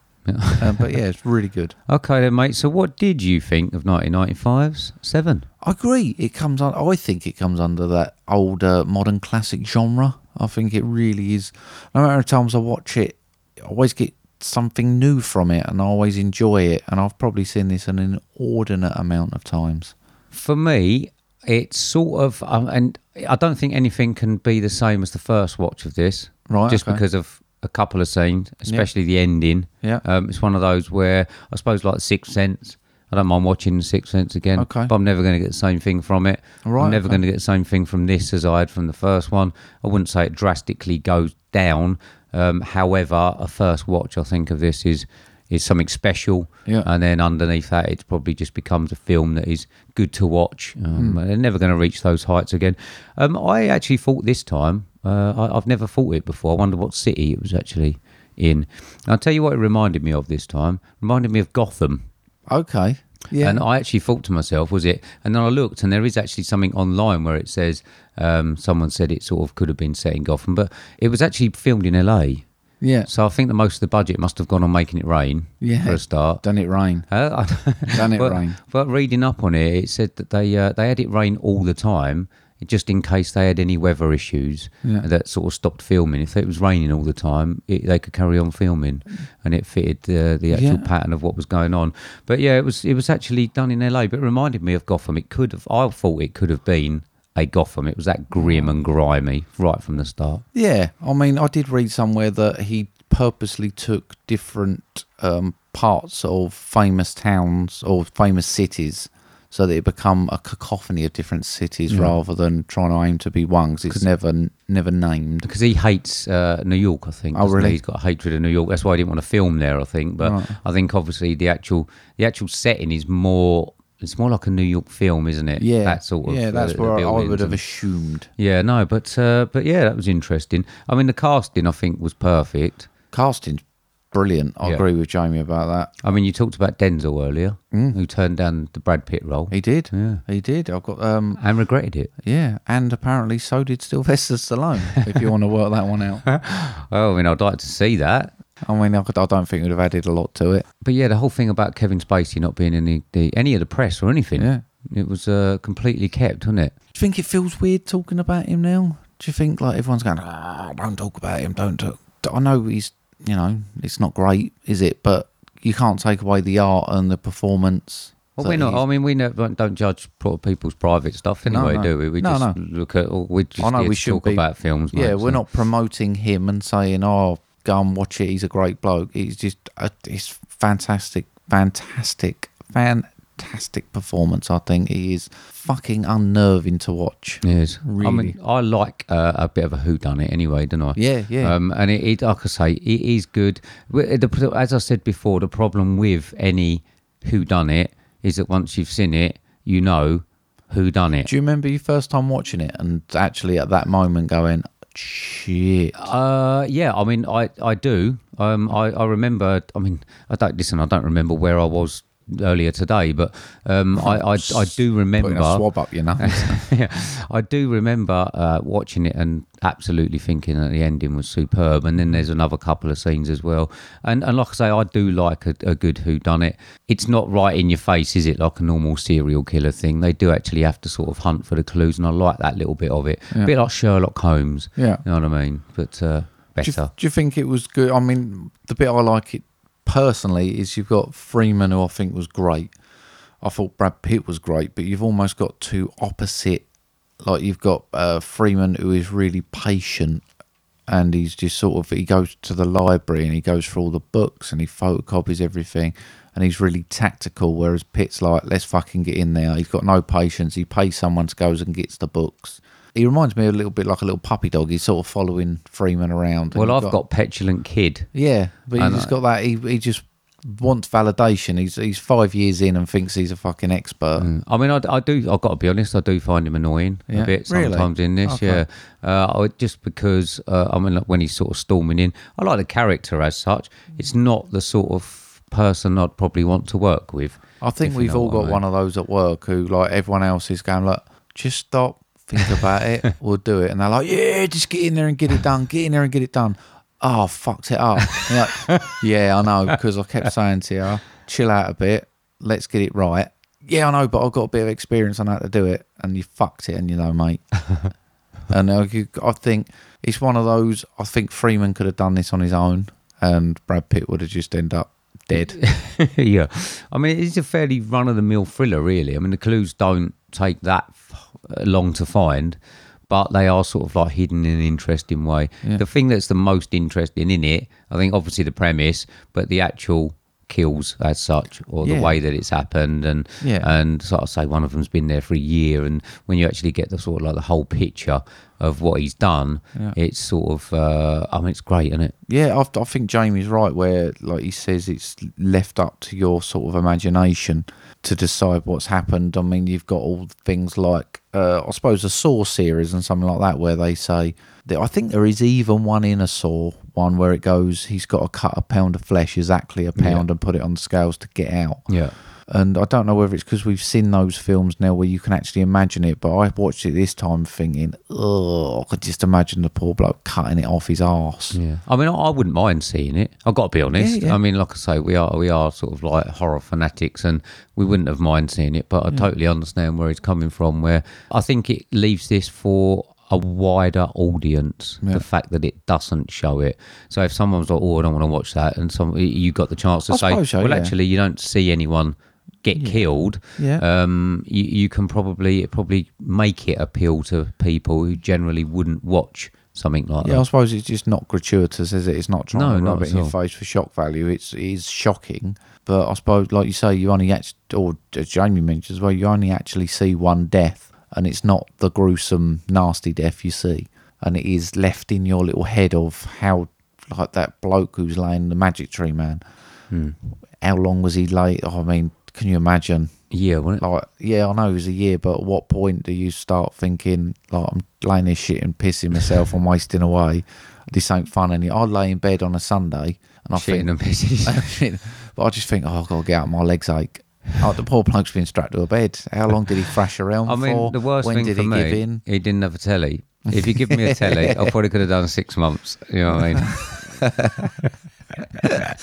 S1: um, but yeah, it's really good.
S2: Okay, then, mate. So what did you think of 1995's Seven?
S1: I agree. It comes. Un- I think it comes under that older modern classic genre. I think it really is. No matter how many times I watch it, I always get something new from it, and I always enjoy it. And I've probably seen this an inordinate amount of times.
S2: for me, it's sort of, um, and I don't think anything can be the same as the first watch of this,
S1: Right,
S2: Just
S1: okay.
S2: because of a couple of scenes, especially the ending.
S1: Yeah.
S2: um, it's one of those where I suppose like Sixth Sense. I don't mind watching Sixth Sense again,
S1: Okay.
S2: but I'm never going to get the same thing from it.
S1: Right,
S2: I'm never
S1: okay.
S2: going to get the same thing from this as I had from the first one. I wouldn't say it drastically goes down. Um, however, a first watch, I think of this is is something special,
S1: Yeah.
S2: and then underneath that, it probably just becomes a film that is good to watch. Um, They're never going to reach those heights again. Um, I actually thought this time, uh, I, I've never thought it before. I wonder what city it was actually in. And I'll tell you what it reminded me of this time. Reminded me of Gotham.
S1: Okay. Yeah.
S2: And I actually thought to myself, was it? And then I looked, and there is actually something online where it says um, someone said it sort of could have been set in Gotham, but it was actually filmed in LA.
S1: yeah.
S2: So I think that most of the budget must have gone on making it rain
S1: Yeah.
S2: for a start.
S1: Done it rain.
S2: Uh, I-
S1: Done it
S2: but,
S1: rain.
S2: But reading up on it, it said that they uh, they had it rain all the time, just in case they had any weather issues that sort of stopped filming. If it was raining all the time, it, they could carry on filming, and it fitted uh, the the actual
S1: Yeah.
S2: pattern of what was going on. But yeah, it was it was actually done in LA, but it reminded me of Gotham. It could have I thought it could have been a Gotham. It was that grim and grimy right from the start.
S1: Yeah, I mean, I did read somewhere that he purposely took different um, parts of famous towns or famous cities so that it become a cacophony of different cities rather than trying to aim to be one 'cause it's never never named.
S2: because he hates uh, New York. I think.
S1: Oh,
S2: doesn't he?
S1: really?
S2: He's got a hatred of New York. That's why he didn't want to film there. I think. But I think obviously the actual the actual setting is more. It's more like a New York film, isn't it?
S1: Yeah,
S2: that sort of.
S1: yeah, that's
S2: uh, the
S1: where I
S2: buildings
S1: would have
S2: and-
S1: assumed.
S2: Yeah, no, but uh, but yeah, that was interesting. I mean, the casting I think was perfect.
S1: Casting's brilliant. I
S2: Yeah.
S1: agree with Jamie about that.
S2: I mean, you talked about Denzel earlier,
S1: Mm.
S2: who turned down the Brad Pitt role
S1: He did.
S2: Yeah.
S1: He did. I've got um
S2: and regretted it.
S1: yeah, and apparently so did Sylvester Stallone. if you want to work that one out,
S2: Oh, I mean, I'd like to see that.
S1: I mean, I could- I don't think it would have added a lot to it.
S2: But yeah, the whole thing about Kevin Spacey not being in the, the any of the press or anything,
S1: Yeah.
S2: it was uh, completely kept, wasn't it?
S1: Do you think it feels weird talking about him now? Do you think like everyone's going, oh, don't talk about him, don't talk? I know he's, you know, it's not great, is it? But you can't take away the art and the performance
S2: Well,
S1: So
S2: we're not.
S1: he's-
S2: I mean, we no- don't judge pro- people's private stuff anyway,
S1: no.
S2: do we? We
S1: No,
S2: just
S1: no.
S2: look at. or We just
S1: I know
S2: here
S1: we
S2: to
S1: should
S2: talk
S1: be,
S2: about films.
S1: Yeah,
S2: mate,
S1: we're
S2: so-
S1: not promoting him and saying, "Oh, go and watch it. He's a great bloke. He's just, uh, it's fantastic, fantastic, fantastic performance. I think he is fucking unnerving to watch.
S2: Yes, I
S1: Really.
S2: mean, I like uh, a bit of a who done it anyway, don't I?
S1: Yeah, yeah.
S2: Um, and it, it, like I say, it is good. Well, the- As I said before, the problem with any who done it is that once you've seen it, you know who done it.
S1: Do you remember your first time watching it and actually at that moment going, "Shit."
S2: Uh, yeah, I mean, I, I do. Um, I, I remember. I mean, I don't listen. I don't remember where I was earlier today, but um, I, I I do remember.
S1: Putting a swab up your nose.
S2: yeah, I do remember uh, watching it and absolutely thinking that the ending was superb.
S1: Mm.
S2: And then there's another couple of scenes as well. And, and like I say, I do like a, a good who done it. It's not right in your face, is it? Like a normal serial killer thing. They do actually have to sort of hunt for the clues, and I like that little bit of it. A bit like Sherlock Holmes.
S1: Yeah.
S2: you know what I mean. But uh,
S1: do, you,
S2: better.
S1: do you think it was good? I mean, the bit I like it personally is you've got Freeman, who I think was great. I thought Brad Pitt was great, but you've almost got two opposite. Like you've got uh, Freeman, who is really patient, and he's just sort of he goes to the library and he goes through all the books and he photocopies everything, and he's really tactical. Whereas Pitt's like, let's fucking get in there. He's got no patience. He pays someone to goes and gets the books. He reminds me a little bit like a little puppy dog. He's sort of following Freeman around. and
S2: well,
S1: you've
S2: I've got, petulant kid.
S1: yeah, but he's
S2: And
S1: just
S2: I-
S1: got that. He, he just wants validation. He's he's five years in and thinks he's a fucking expert.
S2: I mean, I, I do. I've got to be honest. I do find him annoying
S1: Yeah.
S2: a bit
S1: Really?
S2: sometimes in this. Yeah, uh, I- just because uh, I mean, like when he's sort of storming in, I like the character as such. It's not the sort of person I'd probably want to work with.
S1: I think
S2: if you
S1: we've
S2: know
S1: all
S2: what I
S1: got
S2: mean.
S1: one of those at work who, like everyone else, is going like, just stop, think about it, we'll do it, and they're like, yeah, just get in there and get it done, get in there and get it done. Oh, I fucked it up. And you're like, yeah, I know, because I kept saying to you, chill out a bit, let's get it right. Yeah, I know, but I've got a bit of experience on how to do it, and you fucked it, and you know, mate. and I, you- I think it's one of those. I think Freeman could have done this on his own, and Brad Pitt would have just ended up dead.
S2: yeah, I mean, it's a fairly run of the mill thriller, really. I mean, the clues don't take that f- long to find, but they are sort of like hidden in an interesting way. The thing that's the most interesting in it, I think, obviously the premise, but the actual kills as such, or
S1: Yeah.
S2: the way that it's happened, and
S1: Yeah.
S2: and sort of say one of them's been there for a year, and when you actually get the sort of like the whole picture of what he's done, it's sort of, uh, I mean, it's great, isn't it?
S1: Yeah, I, I think Jamie's right. Where like he says, it's left up to your sort of imagination to decide what's happened. I mean, you've got all things like uh, I suppose the Saw series and something like that, where they say that I think there is even one in a Saw one where it goes, he's got to cut a pound of flesh exactly a pound and put it on scales to get out.
S2: Yeah.
S1: And I don't know whether it's because we've seen those films now where you can actually imagine it, but I watched it this time thinking, oh, I could just imagine the poor bloke cutting it off his arse.
S2: Yeah, I mean, I, I wouldn't mind seeing it. I've got to be honest.
S1: yeah.
S2: I mean, like I say, we are we are sort of like horror fanatics, and we wouldn't have mind seeing it. But I totally understand where he's coming from. Where I think it leaves this for a wider audience. The fact that it doesn't show it. So if someone's like, "Oh, I don't want to watch that," and some you got the chance to
S1: I
S2: say,
S1: suppose so,
S2: "Well,
S1: yeah.
S2: actually, you don't see anyone." Get killed.
S1: Yeah.
S2: Um. You, you can probably it probably make it appeal to people who generally wouldn't watch something like
S1: Yeah, I
S2: that.
S1: suppose it's just not gratuitous, is it? It's not trying
S2: No,
S1: to
S2: not
S1: rub it
S2: at
S1: in your
S2: all.
S1: face for shock value. It's it is shocking, but I suppose, like you say, you only actually, or as Jamie mentioned as well, you only actually see one death, and it's not the gruesome, nasty death you see, and it is left in your little head of how, like that bloke who's laying the magic tree man.
S2: Hmm.
S1: How long was he late? Oh, I mean, can you imagine?
S2: Yeah. Wouldn't it?
S1: Like, yeah, I know it was a year, but at what point do you start thinking like I'm laying this shit and pissing myself and wasting away? This ain't fun. And I lay in bed on a Sunday and I
S2: shitting
S1: think,
S2: and pissing.
S1: but I just think, oh, I've got to get out. My legs ache. Oh, the poor bloke's been strapped to a bed. How long did he thrash around
S2: I mean,
S1: for?
S2: the worst
S1: when
S2: thing
S1: did
S2: for
S1: he
S2: me,
S1: give in?
S2: he didn't have a telly. If you give me a telly, I probably could have done six months. You know what I mean? Uh,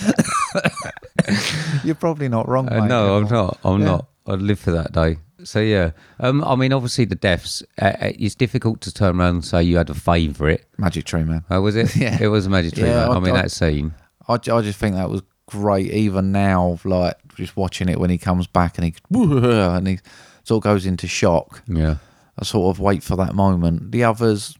S1: You're probably not wrong.
S2: Uh,
S1: mate.
S2: no, I'm not. I'm
S1: Yeah.
S2: not. I'd live for that day. So yeah, um, I mean, obviously the deaths. Uh, uh, it's difficult to turn around and say you had a favourite.
S1: Magic tree man.
S2: Uh, was it?
S1: Yeah.
S2: It was a magic tree.
S1: Yeah,
S2: man.
S1: I-
S2: I, mean,
S1: I-
S2: that scene.
S1: I, ju- I just think that was great even now. Like just watching it when he comes back and he and he sort of goes into shock.
S2: Yeah.
S1: I sort of wait for that moment. The others,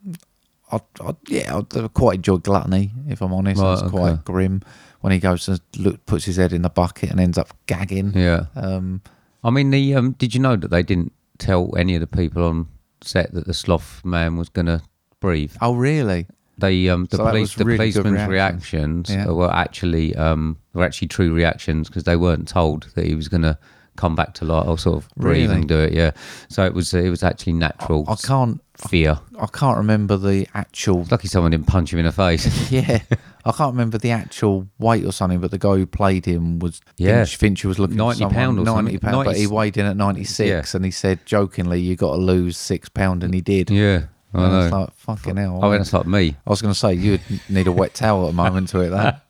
S1: I, I yeah, I quite enjoy Gluttony. If I'm honest,
S2: Right,
S1: it's quite
S2: okay.
S1: grim when he goes and look, puts his head in the bucket and ends up gagging.
S2: Yeah.
S1: Um,
S2: I mean, the um, did you know that they didn't tell any of the people on set that the sloth man was going to breathe?
S1: oh really?
S2: They um, the
S1: So that
S2: police,
S1: was
S2: the
S1: really good
S2: policeman's
S1: reactions.
S2: reactions,
S1: Yeah.
S2: were actually um, were actually true reactions because they weren't told that he was going to come back to life or sort of breathe
S1: Really?
S2: and do it. Yeah, so it was it was actually natural.
S1: I can't.
S2: fear.
S1: I can't remember the actual
S2: Lucky someone didn't punch him in the face.
S1: Yeah, I can't remember the actual weight or something, but the guy who played him was
S2: Yeah.
S1: Finch, Fincher was looking
S2: 90
S1: for someone,
S2: pound or something.
S1: pound, but he
S2: 90
S1: weighed in at ninety six,
S2: Yeah.
S1: and he said jokingly, "You got to lose six pound," and he did.
S2: yeah, I
S1: and I was
S2: know.
S1: like, "Fucking hell!"
S2: Oh, that's like me.
S1: I was going to say you'd need a wet towel at the moment to it. That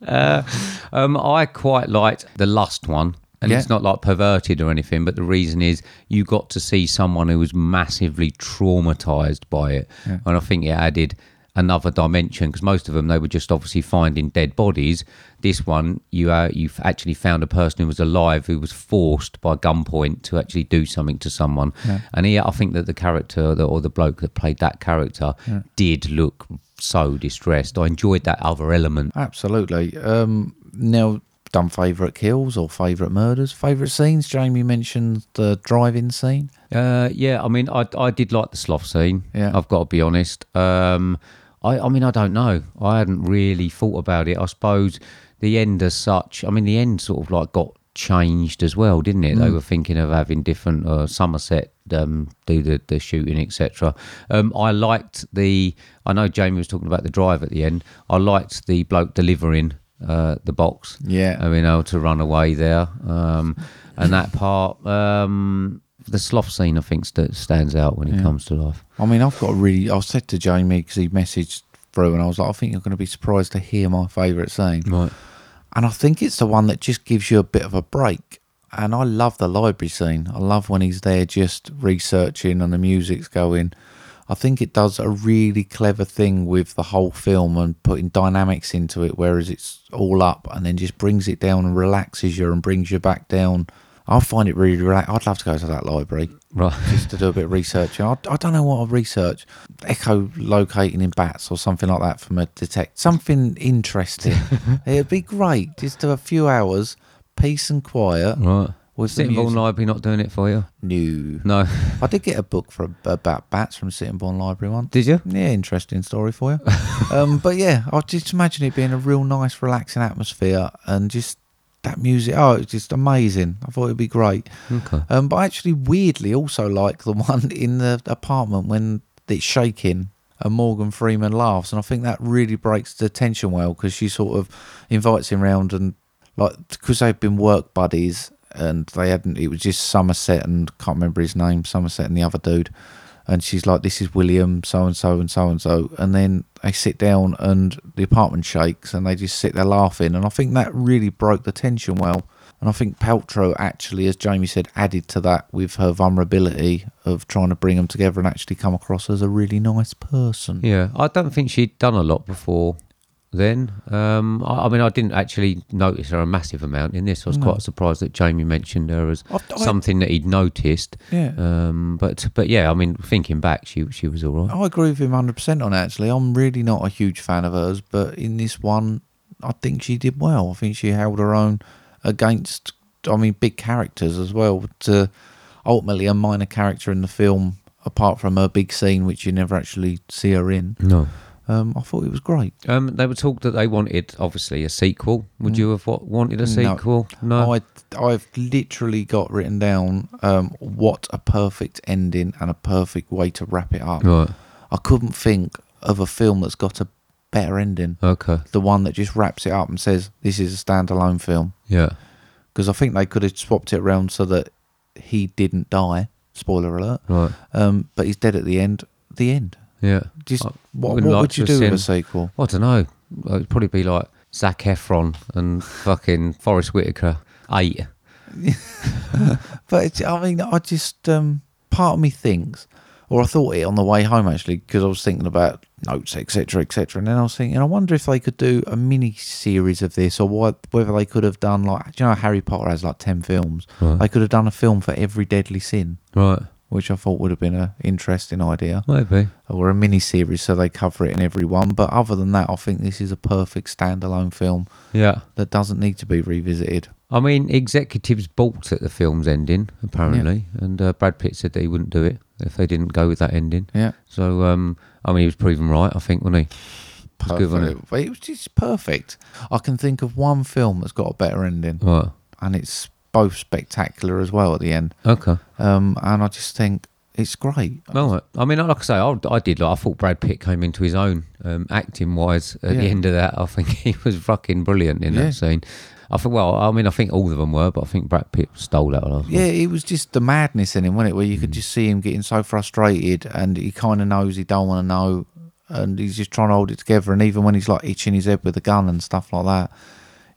S2: Um, I quite liked the lust one, and
S1: Yeah.
S2: it's not like perverted or anything. But the reason is you got to see someone who was massively traumatized by it, and I think it added another dimension because most of them they were just obviously finding dead bodies. This one, you uh, you actually found a person who was alive who was forced by gunpoint to actually do something to someone, and he, I think that the character that, or the bloke that played that character did look so distressed. I enjoyed that other element.
S1: absolutely. Um, now done favourite kills or favourite murders, favourite scenes. Jamie mentioned the driving scene.
S2: Uh, yeah, I mean, I I did like the sloth scene.
S1: Yeah.
S2: I've got to be honest. Um, I I mean, I don't know. I hadn't really thought about it. I suppose the end as such. I mean, the end sort of like got changed as well, didn't it? They were thinking of having different uh, Somerset um, do the the shooting, etc. Um, I liked the. I know Jamie was talking about the drive at the end. I liked the bloke delivering. Uh, the box,
S1: Yeah.
S2: I mean, able to run away there, um, and that part, um, the sloth scene, I think, st- stands out when it comes to life.
S1: I mean, I've got a really. I said to Jamie because he messaged through, and I was like, I think you're going to be surprised to hear my favourite scene.
S2: Right.
S1: And I think it's the one that just gives you a bit of a break. And I love the library scene. I love when he's there just researching and the music's going. I think it does a really clever thing with the whole film and putting dynamics into it, whereas it's all up and then just brings it down and relaxes you and brings you back down. I find it really relax. I'd love to go to that library
S2: Right.
S1: just to do a bit of research. I, I don't know what I research. Echolocating in bats or something like that from a detect. Something interesting. It'd be great just to a few hours, peace and quiet.
S2: Right.
S1: With the
S2: Sitting all
S1: music.
S2: library not doing it for you?
S1: No.
S2: No.
S1: I did get a book for about bats from Sittingbourne Library once.
S2: Did you?
S1: Yeah, interesting story for you. um, but yeah, I just imagine it being a real nice, relaxing atmosphere and just that music. Oh, it's just amazing. I thought it'd be great.
S2: Okay.
S1: Um, but I actually, weirdly, also like the one in the apartment when it's shaking and Morgan Freeman laughs. And I think that really breaks the tension well because she sort of invites him round and, like, because they've been work buddies and they hadn't, it was just Somerset and can't remember his name, Somerset and the other dude. And she's like, this is William, so and so, and so and so. And then they sit down and the apartment shakes and they just sit there laughing. And I think that really broke the tension well. And I think Paltrow actually, as Jamie said, added to that with her vulnerability of trying to bring them together and actually come across as a really nice person.
S2: Yeah. I don't think she'd done a lot before then. Um, I, I mean, I didn't actually notice her a massive amount in this. I was quite surprised that Jamie mentioned her as
S1: I've- I-
S2: something that he'd noticed.
S1: Yeah.
S2: Um, but, but yeah, I mean, thinking back, she, she was all right.
S1: Oh, I agree with him 100% on it, actually. I'm really not a huge fan of hers, but in this one, I think she did well. I think she held her own against, I mean, big characters as well. To ultimately, a minor character in the film, apart from her big scene, which you never actually see her in.
S2: No.
S1: Um, I thought it was great.
S2: Um, they were talked that they wanted, obviously, a sequel. Would you have wa- wanted a sequel?
S1: Mm. I, I've literally got written down um, what a perfect ending and a perfect way to wrap it up.
S2: Right.
S1: I couldn't think of a film that's got a better ending.
S2: Okay.
S1: The one that just wraps it up and says, this is a standalone film.
S2: Yeah.
S1: Because I think they could have swapped it around so that he didn't die. Spoiler alert.
S2: Right.
S1: Um, but he's dead at the end. The end.
S2: Yeah.
S1: Just
S2: I
S1: what, what
S2: wouldn't like
S1: would you do
S2: to have
S1: with a
S2: seen-
S1: sequel?
S2: I don't know. It'd probably be like Zac Efron and fucking Forrest Whitaker. Eight.
S1: But it's, I mean, I just um, part of me thinks or I thought it on the way home actually because I was thinking about notes, etc., etc. And then I was thinking, I wonder if they could do a mini series of this, or what, whether they could have done like, do you know, Harry Potter has like ten films.
S2: Right.
S1: They could have done a film for every deadly sin,
S2: Right.
S1: which I thought would have been an interesting idea,
S2: Maybe.
S1: or a mini series so they cover it in every one. But other than that, I think this is a perfect standalone film
S2: Yeah.
S1: that doesn't need to be revisited.
S2: I mean, executives balked at the film's ending, apparently, and uh, Brad Pitt said that he wouldn't do it if they didn't go with that ending.
S1: Yeah.
S2: So, um, I mean, he was proven right, I think, wasn't he? It's good, wasn't
S1: Perfect. It was just perfect. I can think of one film that's got a better ending,
S2: Right.
S1: and it's both spectacular as well at the end.
S2: Okay.
S1: Um, and I just think it's great.
S2: All right. I mean, like I say, I, I did. Like, I thought Brad Pitt came into his own um, acting wise at the
S1: Yeah.
S2: end of that. I think he was fucking brilliant in
S1: Yeah.
S2: that scene. I think, well, I mean, I think all of them were, but I think Brad Pitt stole that one.
S1: Yeah, it was just the madness in him, wasn't it? Where you could just see him getting so frustrated, and he kind of knows he don't want to know, and he's just trying to hold it together. And even when he's like itching his head with a gun and stuff like that,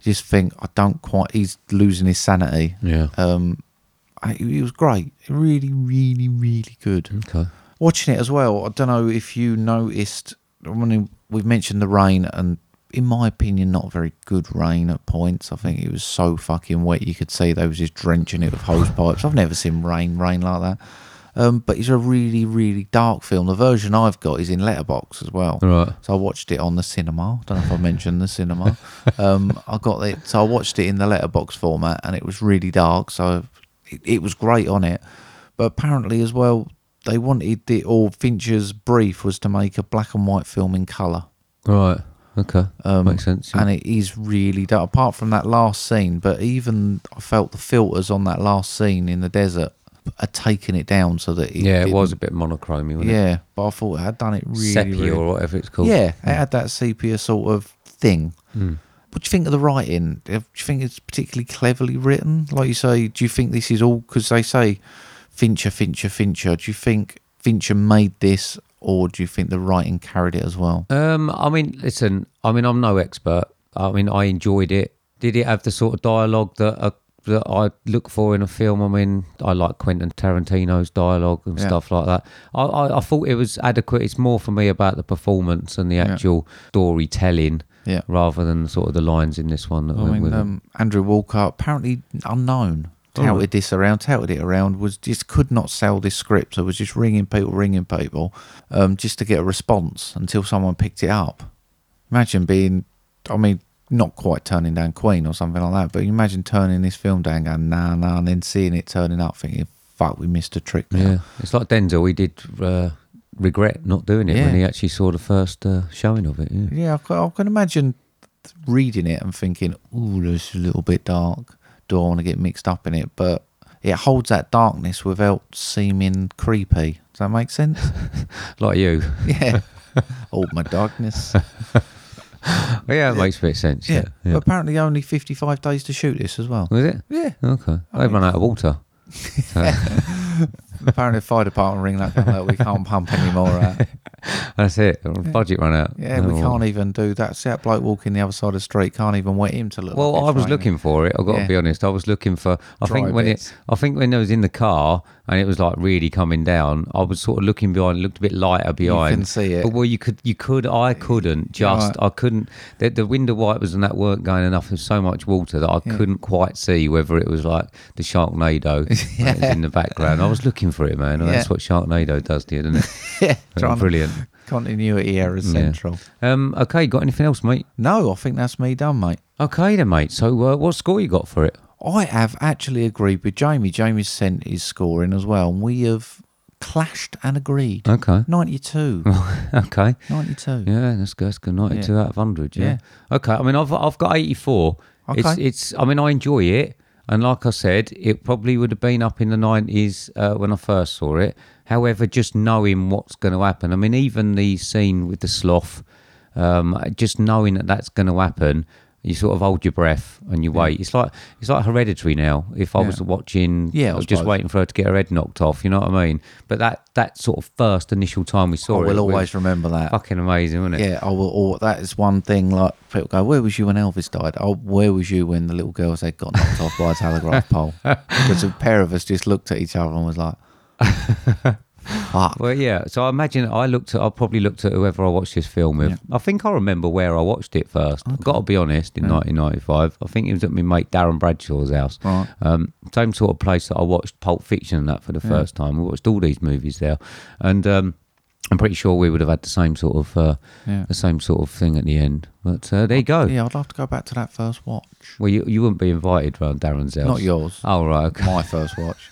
S1: you just think I don't quite. He's losing his sanity.
S2: Yeah.
S1: Um, I, it was great. Really, really, really good.
S2: Okay.
S1: watching it as well. I don't know if you noticed. I mean, we've mentioned the rain, and in my opinion, not very good rain at points. I think it was so fucking wet. You could see they was just drenching it with hose pipes. I've never seen rain rain like that. Um, but it's a really, really dark film. The version I've got is in letterbox as well.
S2: Right.
S1: So I watched it on the cinema. I don't know if I mentioned the cinema. Um, I got it. So I watched it in the letterbox format, and it was really dark. So it, it was great on it. But apparently, as well, they wanted the or Fincher's brief was to make a black and white film in colour,
S2: Right. Okay. Makes sense. yeah.
S1: Um, and it is really dark. Apart from that last scene, but even I felt the filters on that last scene in the desert are taking it down so that it
S2: yeah, it
S1: didn't-
S2: was a bit monochrome, wasn't
S1: yeah, but I thought it had done it
S2: it?
S1: really,
S2: Sepia
S1: really
S2: or whatever it's called.
S1: Yeah, it had that sepia sort of thing. What do you think of the writing? Do you think it's particularly cleverly written? Like you say, do you think this is all because they say Fincher, Fincher, Fincher? Do you think Fincher made this, or do you think the writing carried it as well?
S2: Um, I mean, listen. I mean, I'm no expert. I mean, I enjoyed it. Did it have the sort of dialogue that I, that I look for in a film? I mean, I like Quentin Tarantino's dialogue and
S1: Yeah.
S2: stuff like that. I, I, I thought it was adequate. It's more for me about the performance and the actual storytelling,
S1: Yeah.
S2: rather than sort of the lines in this one that
S1: I
S2: went
S1: mean,
S2: with
S1: um, Andrew Walker, apparently unknown, touted
S2: Oh, right.
S1: this around, touted it around, was just could not sell this script. So was just ringing people, ringing people, um, just to get a response until someone picked it up. Imagine being, I mean, not quite turning down Queen or something like that, but you imagine turning this film down, going nah, nah, and then seeing it turning up, thinking, fuck, we missed a trick.
S2: it.
S1: Now.
S2: Yeah, it's like Denzel. He did uh, regret not doing it when
S1: Yeah.
S2: he actually saw the first uh, showing of it. Yeah.
S1: Yeah, I can, I can imagine reading it and thinking, "Ooh, this is a little bit dark. Do I want to get mixed up in it?" But it holds that darkness without seeming creepy. Does that make sense?
S2: Like you.
S1: yeah.
S2: Oh,
S1: Hold my darkness.
S2: yeah, it makes a bit of sense.
S1: Yeah.
S2: Yeah. yeah.
S1: But apparently, only fifty-five days to shoot this as well.
S2: Was it?
S1: Yeah.
S2: Okay. They've run out of water.
S1: apparently, the fire department ring that gun out. We can't pump any more out.
S2: That's it. The Budget run out. Oh.
S1: Yeah, we can't even do that. See that bloke walking the other side of the street. Can't even wet him to look.
S2: Well,
S1: like it's
S2: I was
S1: raining.
S2: looking for it. I've got to
S1: Yeah.
S2: be honest. I was looking for. I
S1: Dry
S2: think when
S1: bits.
S2: it. I think when I was in the car and it was like really coming down, I was sort of looking behind. Looked a bit lighter behind.
S1: couldn't see it.
S2: But well, you could. You could. I couldn't. Just. I couldn't. The, the window wipers and that weren't going enough. There's so much water that I couldn't quite see whether it was like the Sharknado that was in the background. I was looking for it, man. And That's
S1: Yeah.
S2: what Sharknado does to you, doesn't it?
S1: Yeah, trying to-
S2: Brilliant.
S1: Continuity error
S2: Yeah.
S1: central.
S2: Um. Okay. Got anything else, mate?
S1: No, I think that's me done, mate.
S2: Okay then, mate. So, uh, what score you got for it?
S1: I have actually agreed with Jamie. Jamie's sent his score in as well, and we have clashed and agreed.
S2: Okay.
S1: 92.
S2: okay.
S1: 92.
S2: Yeah, that's good. That's good. Ninety-two out of hundred. Yeah. Okay. I mean, I've I've got eighty-four. It's
S1: Okay.
S2: it's. I mean, I enjoy it, and like I said, it probably would have been up in the nineties uh, when I first saw it. However, just knowing what's going to happen. I mean, even the scene with the sloth. Um, just knowing that that's going to happen, you sort of hold your breath and you wait. It's like it's like hereditary now. If I was watching,
S1: Yeah, I
S2: I was just
S1: suppose.
S2: waiting for her to get her head knocked off. You know what I mean? But that that sort of first initial time we saw
S1: I
S2: it,
S1: will
S2: was
S1: always remember that.
S2: fucking amazing, wasn't it?
S1: Yeah, I will. Or that is one thing. Like people go, "Where was you when Elvis died?" Oh, where was you when the little girl's head got knocked off by a telegraph pole? Because a pair of us just looked at each other and was like, fuck.
S2: Well, yeah. So I imagine I looked at, I probably looked at whoever I watched this film with. I think I remember where I watched it first. I've got to be honest, in 1995, I think it was at my mate Darren Bradshaw's house.
S1: Right.
S2: Um, same sort of place that I watched Pulp Fiction and that for the first time. We watched all these movies there. And um, I'm pretty sure we would have had the same sort of uh,
S1: Yeah.
S2: the same sort of thing at the end. But uh, there you go.
S1: Yeah, I'd love to go back to that first watch.
S2: Well, you, you wouldn't be invited round Darren's house.
S1: Not yours.
S2: Oh, right. Okay.
S1: My first watch.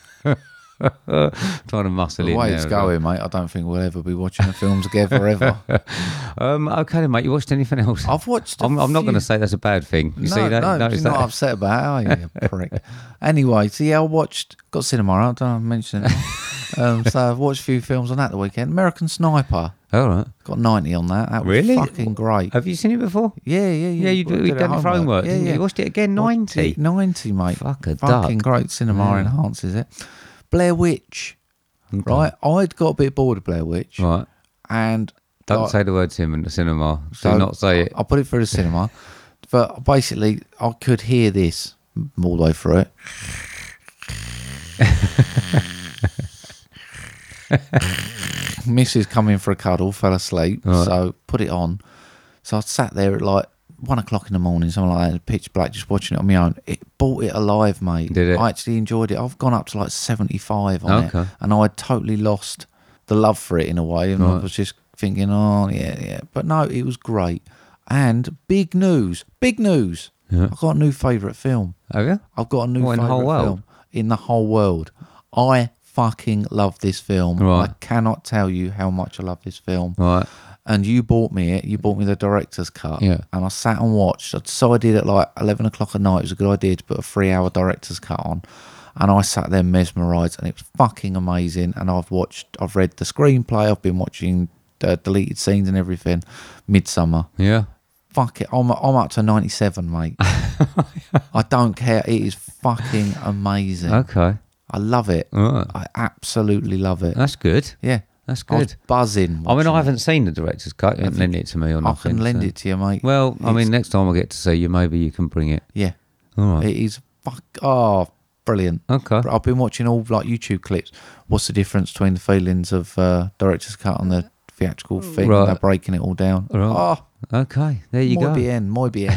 S2: Trying to muscle
S1: The
S2: in
S1: way
S2: there
S1: it's
S2: as well.
S1: going, mate, I don't think we'll ever be watching a film together ever.
S2: Um, okay, then, mate. You watched anything else?
S1: I've watched. a
S2: I'm, I'm not
S1: few-
S2: going to say that's a bad thing. You
S1: no,
S2: see that?
S1: no,
S2: Notice
S1: you're not
S2: that?
S1: upset about it, are you, you prick? Anyway, so yeah, I watched. Got cinema. I don't know. I mentioned it. um, so I've watched a few films on that the weekend. American Sniper.
S2: All right.
S1: Got ninety on that. That was
S2: Really?
S1: fucking great.
S2: Have you seen it before?
S1: Yeah, yeah, yeah.
S2: Yeah, you
S1: We
S2: did- we
S1: our
S2: done the phone work, didn't we? You watched it again,
S1: Watched
S2: 90?
S1: it 90, mate.
S2: Fuck a
S1: Fucking
S2: duck.
S1: great cinema
S2: Yeah.
S1: enhances it. Blair Witch, right? I'd got a bit bored of Blair Witch,
S2: Right.
S1: and
S2: Don't
S1: like,
S2: say the word Tim in the cinema. Do
S1: so
S2: not say it.
S1: I, I put it through the cinema, but basically, I could hear this all the way through it. Mrs. come in for a cuddle, fell asleep, so put it on. So I sat there at like one o'clock in the morning, something like that, pitch black, just watching it on my own. It bought it alive, mate.
S2: Did it?
S1: I actually enjoyed it. I've gone up to like seventy five on it,
S2: Okay.
S1: and I totally lost the love for it in a way. And I was just thinking, oh yeah, yeah. But no, it was great. And big news, big news. I've got a new favourite film.
S2: Have you?
S1: I've got a new
S2: What, in the
S1: favourite
S2: whole world?
S1: film in the whole world. I fucking love this film.
S2: Right.
S1: I cannot tell you how much I love this film.
S2: Right.
S1: And you bought me it. You bought me the director's cut.
S2: Yeah.
S1: And I sat and watched. I decided at like eleven o'clock at night it was a good idea to put a three-hour director's cut on. And I sat there mesmerised, and it was fucking amazing. And I've watched, I've read the screenplay, I've been watching the deleted scenes and everything. Midsummer,
S2: Yeah.
S1: fuck it, I'm I'm up to ninety-seven, mate. I don't care. It is fucking amazing.
S2: Okay.
S1: I love it.
S2: Right.
S1: I absolutely love it.
S2: That's good.
S1: yeah,
S2: That's
S1: I was
S2: good.
S1: buzzing.
S2: I mean,
S1: watching
S2: I
S1: it.
S2: haven't seen the director's cut. You can lend it to me or
S1: I
S2: nothing.
S1: can lend
S2: so-
S1: it to you, mate.
S2: Well, I
S1: It's-
S2: mean, next time I get to see you, maybe you can bring it.
S1: yeah,
S2: All right.
S1: it is fuck. Oh, brilliant.
S2: Okay.
S1: But I've been watching all like YouTube clips. What's the difference between the feelings of uh, director's cut and the theatrical thing?
S2: Right.
S1: They're breaking it all down.
S2: Right.
S1: Oh,
S2: Okay. There you
S1: muy
S2: go.
S1: bien, muy bien.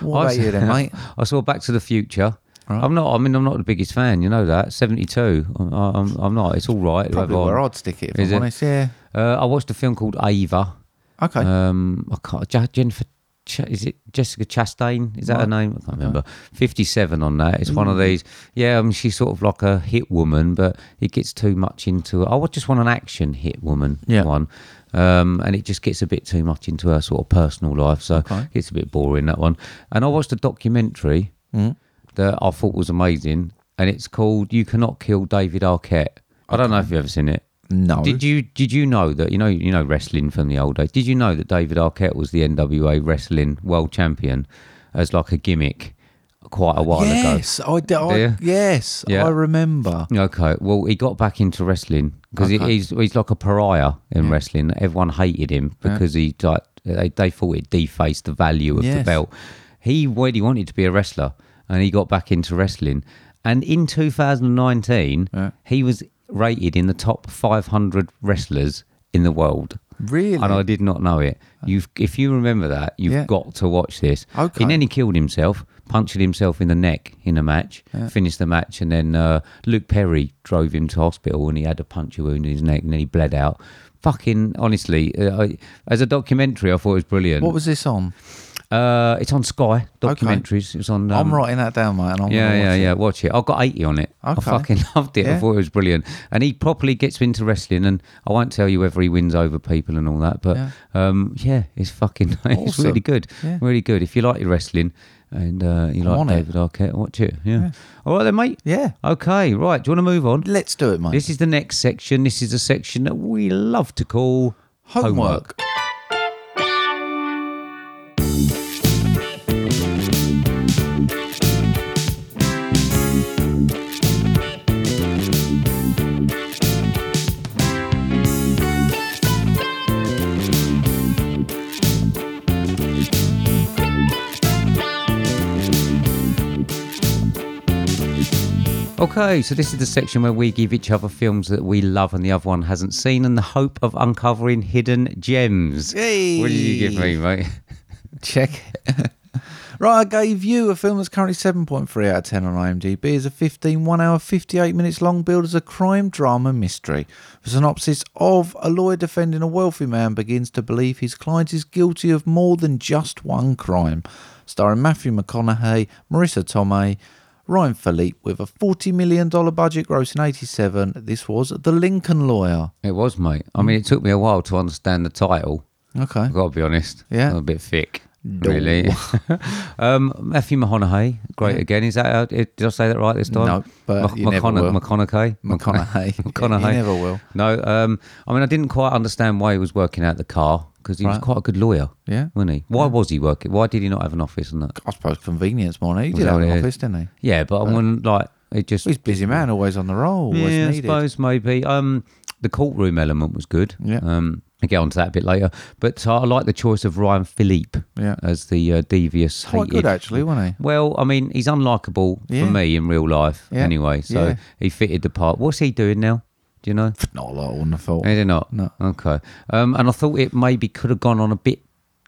S1: what
S2: I've
S1: about you then, mate?
S2: I saw Back to the Future. I'm not. I mean, I'm not the biggest fan. You know that. 72. I'm. I'm, I'm not. It's all right.
S1: Probably
S2: Whatever.
S1: where I'd stick it, if
S2: Is
S1: I'm
S2: it?
S1: honest. Yeah.
S2: Uh, I watched a film called Ava.
S1: Okay.
S2: Um, I can't. Ja- Jennifer. Ch- is it Jessica Chastain? Is that her name? I can't remember. Fifty-seven on that. It's one of
S1: Mm.
S2: these. Yeah, I mean, she's sort of like a hit woman, but it gets too much into. it. I would just want an action hit woman
S1: Yeah.
S2: one, um, and it just gets a bit too much into her sort of personal life, so
S1: Okay.
S2: it's a bit boring that one. And I watched a documentary
S1: Mm.
S2: that I thought was amazing, and it's called "You Cannot Kill David Arquette." I don't know if you've ever seen it.
S1: no.
S2: Did you did you know that you know you know wrestling from the old days? Did you know that David Arquette was the NWA wrestling world champion as like a gimmick quite a while
S1: Yes, I, d- I-
S2: Do you?
S1: yes,
S2: Yeah.
S1: I remember.
S2: ago? Okay, well he got back into wrestling because
S1: Okay.
S2: he's he's like a pariah in wrestling. Everyone hated him because he like they, they thought it defaced the value of the
S1: Yes.
S2: belt. He really wanted to be a wrestler and he got back into wrestling. And in 2019, he was rated in the top 500 wrestlers in the world.
S1: Really? Oh.
S2: and I did not know it. You've, if you remember that, you've
S1: Yeah.
S2: got to watch this.
S1: Okay.
S2: And then he killed himself, punctured himself in the neck in a match, finished the match, and then uh, Luke Perry drove him to hospital, and he had a puncture wound in his neck, and then he bled out. Fucking honestly, uh, I, as a documentary, I thought it was brilliant.
S1: What was this on?
S2: uh, it's on Sky documentaries. It's on. Um,
S1: I'm writing that down, mate. And I'm
S2: yeah,
S1: gonna
S2: yeah,
S1: watch it.
S2: yeah. Watch it. I got 80 on it. I
S1: Okay.
S2: fucking loved it. I
S1: Yeah.
S2: thought it was brilliant. And he properly gets into wrestling. And I won't tell you whether he wins over people and all that. But yeah,
S1: Yeah.
S2: um, yeah it's fucking it's
S1: Awesome.
S2: really good.
S1: Yeah.
S2: Really good. If you like your wrestling and uh, you like
S1: on it.
S2: David Arquette, watch it. Yeah. All right then, mate.
S1: Yeah.
S2: Okay, right. Do you want to move on?
S1: Let's do it, mate.
S2: This is the next section. This is a section that we love to call
S1: homework.
S2: All Okay, so this is the section where we give each other films that we love and the other one hasn't seen, in the hope of uncovering hidden gems.
S1: Hey.
S2: What did you give me, mate?
S1: Check. it. right, I gave you a film that's currently 7.3 out of 10 on IMDb. is a 15, 1 hour, 58 minutes long build as a crime drama mystery. The synopsis of a lawyer defending a wealthy man begins to believe his client is guilty of more than just one crime. Starring Matthew McConaughey, Marissa Tomei, Ryan Philippe, with a $40 million budget grossing 87, this was The Lincoln Lawyer.
S2: It was, mate. I mean, it took me a while to understand the title.
S1: Okay.
S2: I've got to be honest.
S1: Yeah.
S2: I'm a bit thick. Really, um, Matthew McConaughey, great again. Is that how, eh, did I say that right this time?
S1: No, but you never
S2: McCona-
S1: will.
S2: McConaughey,
S1: McConaughey.
S2: McConaughey.
S1: You never will.
S2: No, um, I mean I didn't quite understand why he was working out the car because he was
S1: Right.
S2: quite a good lawyer.
S1: Yeah.
S2: wasn't he? Why was he working? Why did he not have an office and that?
S1: I suppose convenience more. than He did
S2: that
S1: have
S2: what
S1: an
S2: it is?
S1: office, didn't he?
S2: Yeah, but I wouldn't like it. Just
S1: Well, He's a busy man, always on the roll, always
S2: yeah,
S1: needed.
S2: I suppose maybe. Um, the courtroom element was good.
S1: Yeah.
S2: Um, I get onto that a bit later, but uh, I like the choice of Ryan Philippe
S1: Yeah.
S2: as the uh, devious.
S1: Quite
S2: hated-
S1: good, actually, wasn't
S2: Well, I mean, he's unlikable
S1: Yeah.
S2: for me in real life,
S1: Yeah.
S2: anyway. So
S1: Yeah.
S2: he fitted the part. What's he doing now? Do you know?
S1: he? Not a lot on the fault.
S2: Is it not?
S1: No.
S2: Okay. Um, and I thought it maybe could have gone on a bit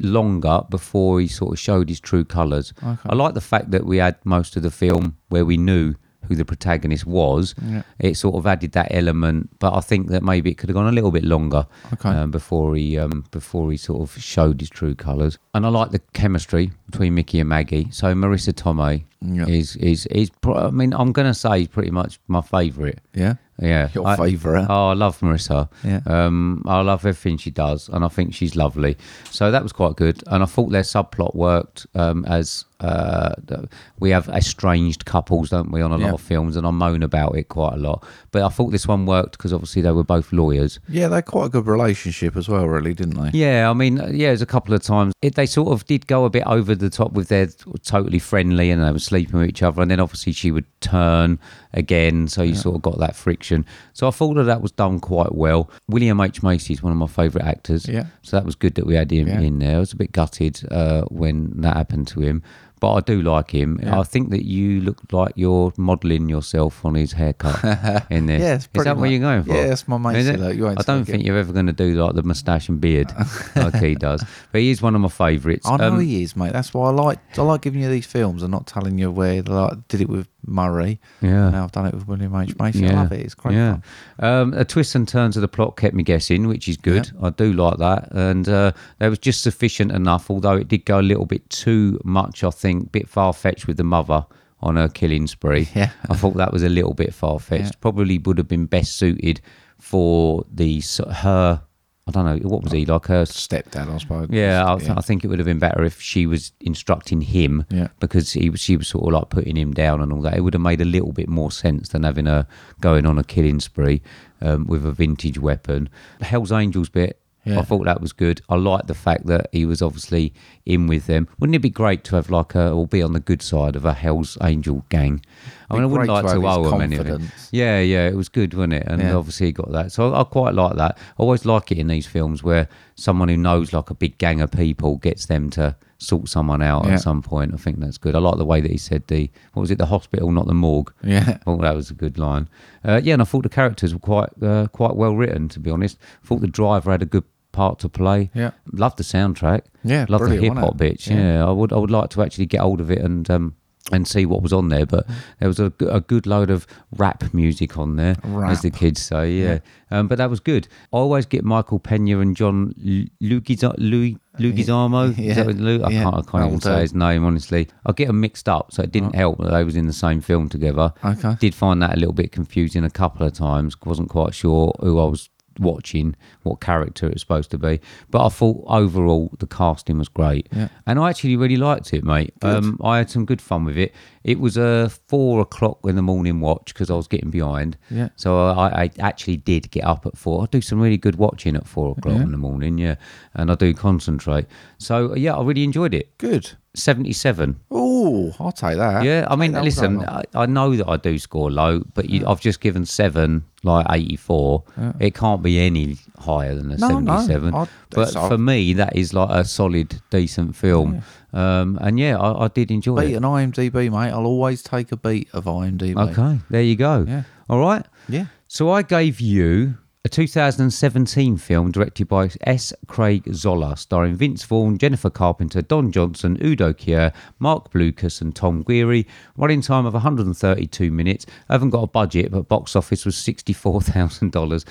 S2: longer before he sort of showed his true colours. I like the fact that we had most of the film where we knew who the protagonist was. It sort of added that element, but I think that maybe it could have gone a little bit longer
S1: Okay.
S2: um, before he um, before he sort of showed his true colours. And I like the chemistry between Mickey and Maggie. So Marissa Tomei
S1: Yeah.
S2: is is is. pro- I mean, I'm gonna say he's pretty much my favourite.
S1: Yeah.
S2: Yeah,
S1: Your
S2: I-
S1: favourite.
S2: Oh, I love Marissa.
S1: Yeah.
S2: um, I love everything she does, and I think she's lovely. So that was quite good, and I thought their subplot worked. Um, as uh, th- we have estranged couples, don't we, on a
S1: Yeah.
S2: lot of films, and I moan about it quite a lot. But I thought this one worked because obviously they were both lawyers.
S1: Yeah, they had quite a good relationship as well, really, didn't they?
S2: Yeah, I mean, uh, yeah, there's a couple of times it, they sort of did go a bit over the top with their t- totally friendly and they were sleeping with each other, and then obviously she would turn again, so you sort of got that friction. So I thought that that was done quite well. William H Macy is one of my favourite actors,
S1: Yeah.
S2: so that was good that we had him
S1: Yeah.
S2: in there. I was a bit gutted uh, when that happened to him. But I do like him. I think that you look like you're modelling yourself on his haircut in this.
S1: Yes,
S2: Is
S1: pretty
S2: that what
S1: much.
S2: you're going for?
S1: Yeah, that's my
S2: Is
S1: Macy
S2: it?
S1: look. You ain't
S2: I don't
S1: taking
S2: think you're ever going to do like the moustache and beard like he does. But he is one of my favourites.
S1: I know
S2: Um,
S1: he is, mate. That's why I like I like giving you these films and not telling you where they like, did it with Murray.
S2: Yeah.
S1: Now I've done it with William H. Macy. I love it. It's great fun.
S2: Um, the twists and turns of the plot kept me guessing, which is good. I do like that, and uh, that was just sufficient enough. Although it did go a little bit too much, I think, bit far fetched with the mother on her killing spree.
S1: Yeah.
S2: I thought that was a little bit far fetched. Probably would have been best suited for the s- her. I don't know what was he like her
S1: Stepdad, I suppose.
S2: Yeah, I, th- I think it would have been better if she was instructing him
S1: Yeah.
S2: because he, was- she was sort of like putting him down and all that. It would have made a little bit more sense than having her going on a killing spree um, with a vintage weapon. The Hell's Angels bit.
S1: Yeah.
S2: I thought that was good. I liked the fact that he was obviously in with them. Wouldn't it be great to have like a or be on the good side of a Hell's Angel gang? I mean, I wouldn't
S1: great
S2: like
S1: to
S2: to,
S1: have his
S2: owe him anything.
S1: confidence.
S2: Yeah, yeah, it was good, wasn't it? And
S1: Yeah.
S2: obviously he got that. So I, I quite like that. I always like it in these films where someone who knows like a big gang of people gets them to sort someone out
S1: Yeah.
S2: at some point. I think that's good. I like the way that he said the what was it, the hospital, not the morgue.
S1: Yeah.
S2: Well, Oh, that was a good line. Uh, yeah, and I thought the characters were quite uh, quite well written. To be honest, thought the driver had a good part to play.
S1: Yeah.
S2: loved the soundtrack.
S1: Yeah,
S2: loved the
S1: brilliant,
S2: hip
S1: wasn't
S2: hop
S1: it?
S2: bits. Yeah. I would I would like to actually get hold of it and um and see what was on there. But
S1: Mm-hmm.
S2: there was a, g- a good load of rap music on there, as the kids say. Yeah, Um, but that was good. I always get Michael Pena and John Lu- Lugiza- Lu- Lugizamo.
S1: Uh, Yeah.
S2: Is that what- Lu- I
S1: Yeah.
S2: can't I can't
S1: That'll
S2: even
S1: do.
S2: say his name honestly. I get them mixed up, so it didn't help that they was in the same film together.
S1: Oh. Okay.
S2: Did find that a little bit confusing a couple of times. Wasn't quite sure who I was watching, what character it was supposed to be. But I thought overall the casting was great.
S1: Yeah.
S2: And I actually really liked it, mate. Um, I had some good fun with it. It was a four o'clock in the morning watch because I was getting behind.
S1: Yeah.
S2: So I, I actually did get up at four. I do some really good watching at four o'clock in the morning, yeah. And I do concentrate. So yeah, I really enjoyed it.
S1: Good.
S2: 77.
S1: Oh, Oh, I'll take that.
S2: Yeah, I mean,
S1: Take that
S2: listen,
S1: one.
S2: I, I know that I do score low, but you, I've just given seven like eighty-four. It can't be any higher than a
S1: No, no,
S2: seventy-seven.
S1: I-
S2: but
S1: so-
S2: for me, that is like a solid, decent film. Um, and yeah, I, I did enjoy
S1: beat
S2: it.
S1: an IMDb, mate. I'll always take a beat of IMDb.
S2: Okay, there you go.
S1: Yeah.
S2: All right.
S1: Yeah.
S2: So I gave you a 2017 film directed by S. Craig Zoller, starring Vince Vaughn, Jennifer Carpenter, Don Johnson, Udo Kier, Mark Blucas, and Tom Guiri. Running time of 132 minutes. haven't got a budget, but box office was $64,000. 7.1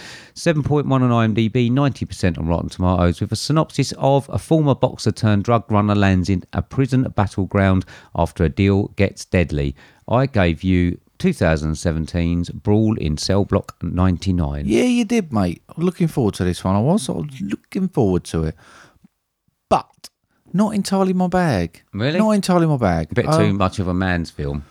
S2: on IMDb, 90% on Rotten Tomatoes, with a synopsis of a former boxer turned drug runner lands in a prison battleground after a deal gets deadly. I gave you 2017's Brawl in Cell Block 99.
S1: Yeah, you did, mate. I'm looking forward to this one. I was sort of looking forward to it, but not entirely my bag.
S2: Really?
S1: Not entirely my bag.
S2: A bit
S1: Um,
S2: too much of a man's film.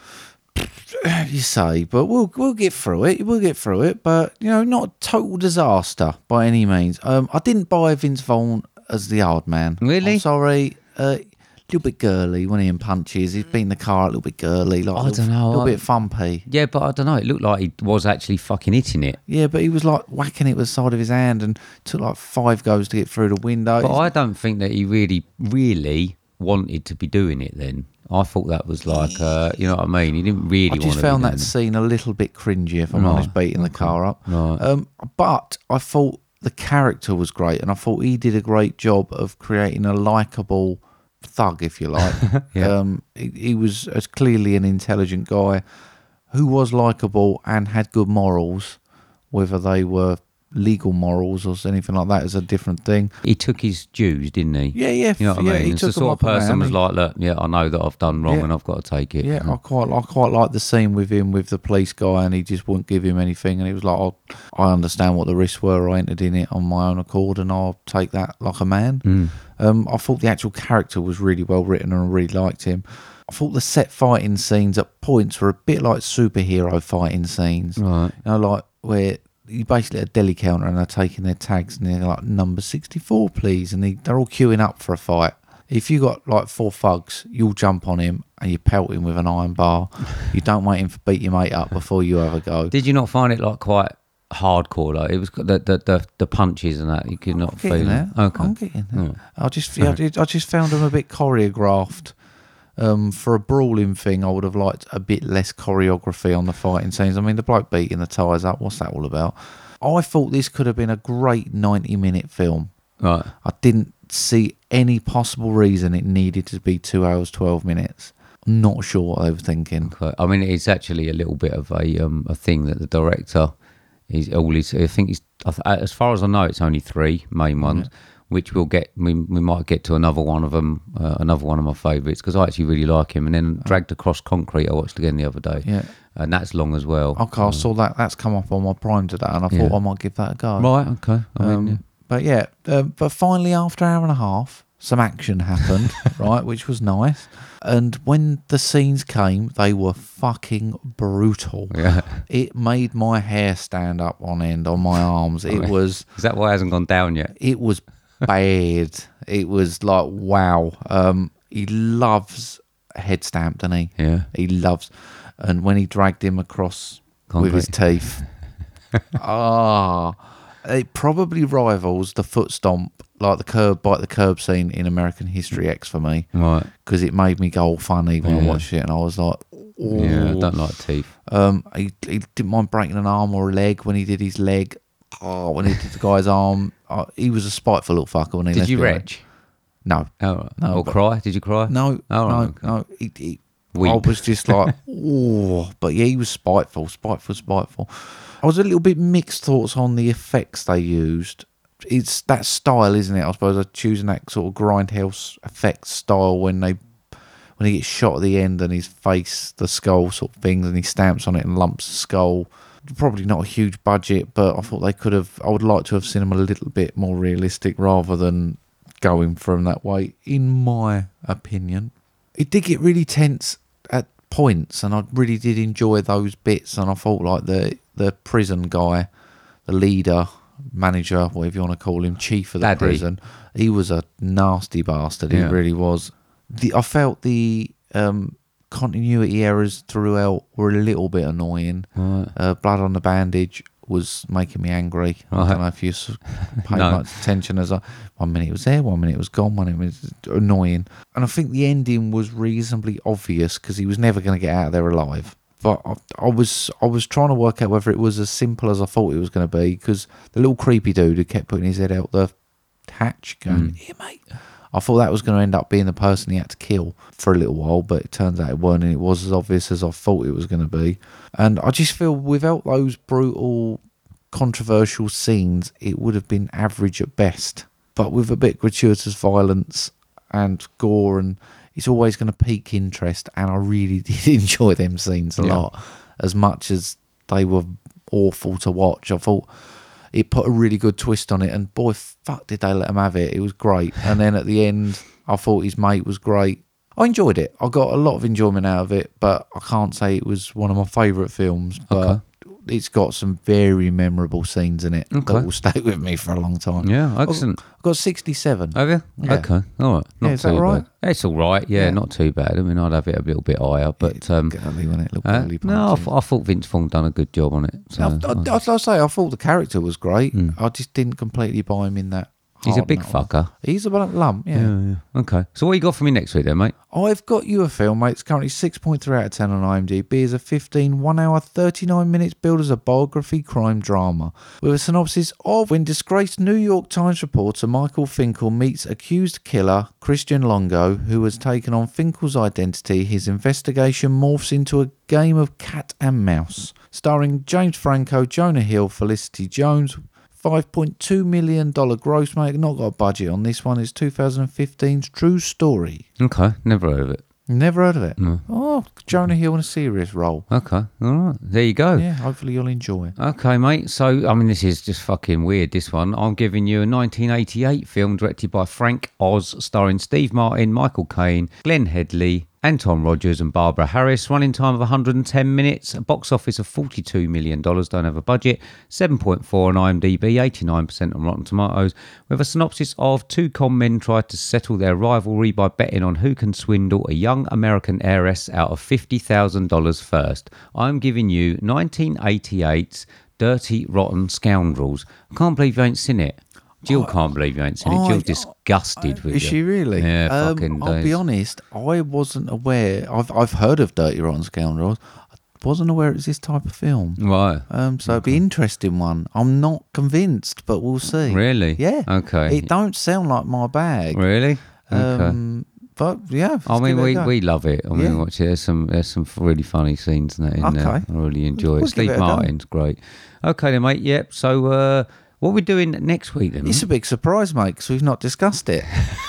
S1: you say, but we'll we'll get through it. We'll get through it. But you know, not a total disaster by any means. Um, I didn't buy Vince Vaughn as the hard man.
S2: Really?
S1: I'm sorry. Uh, little bit girly when he punches. He's beating the car a little bit girly. Like
S2: I dunno,
S1: A little
S2: I-
S1: bit thumpy.
S2: Yeah, but I don't know. It looked like he was actually fucking hitting it.
S1: Yeah, but he was like whacking it with the side of his hand and took like five goes to get through the window.
S2: But
S1: It's-
S2: I don't think that he really, really wanted to be doing it then. I thought that was like, uh, you know what I mean? He didn't really
S1: I
S2: want
S1: just
S2: to
S1: found
S2: be doing
S1: that scene a little bit cringy, if I'm honest, beating the car up.
S2: Right.
S1: Um, but I thought the character was great, and I thought he did a great job of creating a likable thug, if you like.
S2: Yeah.
S1: um, he, he was as clearly an intelligent guy who was likable and had good morals, whether they were legal morals or anything like that is a different thing.
S2: it. He took his dues, didn't he?
S1: Yeah, yeah,
S2: You know what
S1: yeah,
S2: I
S1: he
S2: mean? It's the
S1: took 'em
S2: sort of
S1: up and
S2: person
S1: down,
S2: was
S1: he-
S2: like, look, yeah, I know that I've done wrong
S1: Yeah.
S2: and I've got to take it.
S1: Yeah, I quite, I quite like the scene with him with the police guy, and he just wouldn't give him anything. And he was like, oh, "I understand what the risks were. I entered in it on my own accord, and I'll take that like a man." Um, I thought the actual character was really well written, and I really liked him. I thought the set fighting scenes at points were a bit like superhero fighting scenes, right? You know, like where you basically at a deli counter and they're taking their tags and they're like number sixty four, please, and they, they're all queuing up for a fight. If you got like four thugs, you'll jump on him and you pelt him with an iron bar. you don't wait him to beat your mate up before you have a go.
S2: Did you not find it like quite hardcore? Like it was the the the, the punches and that you could not
S1: I'm
S2: feel.
S1: getting there.
S2: it. Okay.
S1: I'm getting there. I just, yeah, I, did- I just found them a bit choreographed. Um, for a brawling thing, I would have liked a bit less choreography on the fighting scenes. I mean, the bloke beating the tyres up, what's that all about? I thought this could have been a great 90 minute film.
S2: Right.
S1: I didn't see any possible reason it needed to be two hours, 12 minutes. I'm not sure what they were thinking.
S2: Okay. I mean, it's actually a little bit of a um a thing that the director is all his. I think he's I th- uh, as far as I know, it's only three main ones. Which we'll get, we, we might get to another one of them, uh, another one of my favourites, because I actually really like him. And then Dragged Across Concrete, I watched again the other day.
S1: Yeah.
S2: And that's long as well.
S1: Okay, I saw that. That's come up on my Prime today, and I thought
S2: Mm. Yeah.
S1: I might give that a go.
S2: Right, okay. I mean,
S1: Um,
S2: yeah.
S1: But yeah, um, but finally, after an hour and a half, some action happened, right, which was nice. And when the scenes came, they were fucking brutal.
S2: Yeah.
S1: It made my hair stand up on end on my
S2: Oh,
S1: arms. It was
S2: Is that why it hasn't gone down yet?
S1: it was bad. it was like wow. Um, he loves head stamp, doesn't he?
S2: Yeah.
S1: he loves. And when he dragged him across with his teeth, ah, it probably rivals the foot stomp, like the curb bite the curb scene in American History X for me,
S2: Right.
S1: because it made me go all funny when I
S2: Yeah.
S1: watched it, and I was like, oh.
S2: Yeah, I don't like teeth.
S1: Um, he, he didn't mind breaking an arm or a leg when he did his leg. Oh, when he did the guy's arm, uh, he was a spiteful little fucker. When he
S2: Did
S1: left
S2: you
S1: it, right?
S2: retch?
S1: No,
S2: Oh, right.
S1: No,
S2: or
S1: but-
S2: cry? Did you cry?
S1: no, no,
S2: Oh, right, okay.
S1: no. He, he, I
S2: Weep.
S1: was just like, oh, but yeah, he was spiteful, spiteful, spiteful. I was a little bit mixed thoughts on the effects they used. It's that style, isn't it? I suppose they're choosing that sort of grindhouse effect style when they when he gets shot at the end and his face, the skull sort of things, and he stamps on it and lumps the skull. Probably not a huge budget, but I thought they could have. I would like to have seen him a little bit more realistic rather than going from that way, in my opinion. It did get really tense at points, and I really did enjoy those bits. And I thought like the the prison guy, the leader, manager, whatever you want to call him, chief of the
S2: Daddy.
S1: prison, he was a nasty bastard. He
S2: Yeah.
S1: really was. The I felt the um, continuity errors throughout were a little bit annoying.
S2: Right.
S1: Uh, blood on the bandage was making me angry. I
S2: Right.
S1: don't know if you s- paid
S2: No.
S1: much attention as I, one minute it was there, one minute it was gone, one minute it was annoying. And I think the ending was reasonably obvious because he was never going to get out of there alive. But I, I was I was trying to work out whether it was as simple as I thought it was going to be because the little creepy dude who kept putting his head out the hatch going, here, mate. I thought that was going to end up being the person he had to kill for a little while, but it turns out it weren't, and it was as obvious as I thought it was going to be. And I just feel without those brutal, controversial scenes, it would have been average at best. But with a bit gratuitous violence and gore, and it's always going to pique interest. And I really did enjoy them scenes a
S2: Yeah.
S1: lot, as much as they were awful to watch. I thought it put a really good twist on it, and boy, fuck, did they let him have it. It was great. And then at the end, I thought his mate was great. I enjoyed it. I got a lot of enjoyment out of it, but I can't say it was one of my favourite films. But it's got some very memorable scenes in it
S2: Okay.
S1: that will stay with me for a long time.
S2: Yeah,
S1: I've-
S2: excellent.
S1: I've got 67.
S2: Have you?
S1: Yeah.
S2: Okay. All right. Not
S1: is
S2: too
S1: that right?
S2: bad. It's all right. Yeah,
S1: Yeah.
S2: not too bad. I mean, I'd have it a little bit higher, but um,
S1: Girly, wasn't it? Little
S2: uh,
S1: girly
S2: no, I,
S1: punches.
S2: th- I thought Vince Vaughn done a good job on it. So.
S1: I, I, as I say, I thought the character was great. I just didn't completely buy him in that.
S2: Hmm. He's a
S1: hard
S2: big
S1: nut one.
S2: fucker.
S1: He's a blunt lump, yeah.
S2: Yeah, yeah. Okay. So what you got for me next week, then, mate?
S1: I've got you a film, mate. It's currently 6.3 out of 10 on IMDb. It's a 15, 1 hour, 39 minutes billed as a biography crime drama with a synopsis of when disgraced New York Times reporter Michael Finkel meets accused killer Christian Longo, who has taken on Finkel's identity. His investigation morphs into a game of cat and mouse, starring James Franco, Jonah Hill, Felicity Jones. $5.2 million gross, mate. Not got a budget on this one. It's 2015's True Story.
S2: Okay. Never heard of it.
S1: Never heard of it. Oh, Jonah Hill in a serious role.
S2: Okay. All right. There you go.
S1: Yeah, hopefully you'll enjoy it.
S2: Okay, mate. So, I mean, this is just fucking weird, this one. I'm giving you a 1988 film directed by Frank Oz, starring Steve Martin, Michael Caine, Glenn Headley, Anton Rogers, and Barbara Harris. Running time of 110 minutes, a box office of $42 million, don't have a budget, 7.4 on IMDb, 89% on Rotten Tomatoes, with a synopsis of two con men try to settle their rivalry by betting on who can swindle a young American heiress out of $50,000 first. I'm giving you 1988's Dirty Rotten Scoundrels. I can't believe you ain't seen it. Jill can't believe you ain't seen it.
S1: I-
S2: Jill's disgusted with
S1: Is
S2: you.
S1: she really?
S2: Yeah,
S1: Um,
S2: fucking
S1: I'll be
S2: days.
S1: honest, I wasn't aware. I've, I've heard of Dirty Rotten Scoundrels. I wasn't aware it was this type of film.
S2: Right.
S1: Um, so it'd be an interesting one. I'm not convinced, but we'll see.
S2: Really?
S1: Yeah.
S2: Okay.
S1: It don't sound like my bag.
S2: Really? Okay.
S1: Um, but yeah. let's
S2: I mean,
S1: give it a
S2: we,
S1: go.
S2: we love it. I mean,
S1: Yeah.
S2: watch it. There's some there's some really funny scenes in that in there. I
S1: Okay.
S2: really enjoy it.
S1: We'll give
S2: Steve
S1: it a go.
S2: Martin's great. Okay, then, mate. Yep. So, uh, what are we doing next week then?
S1: It's a big surprise, mate, because we've not discussed it.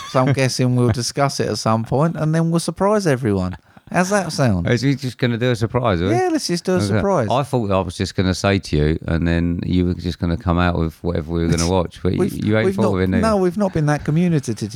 S1: so I'm guessing we'll discuss it at some point, and then we'll surprise everyone. How's that sound?
S2: Is he just going to do a surprise? Are we?
S1: Yeah, let's just do a
S2: Okay.
S1: surprise.
S2: I thought I was just going to say to you, and then you were just going to come out with whatever we were going to watch. But you,
S1: We've-
S2: you ain't
S1: we've
S2: thought
S1: not,
S2: of it,
S1: No, we've not been that communicative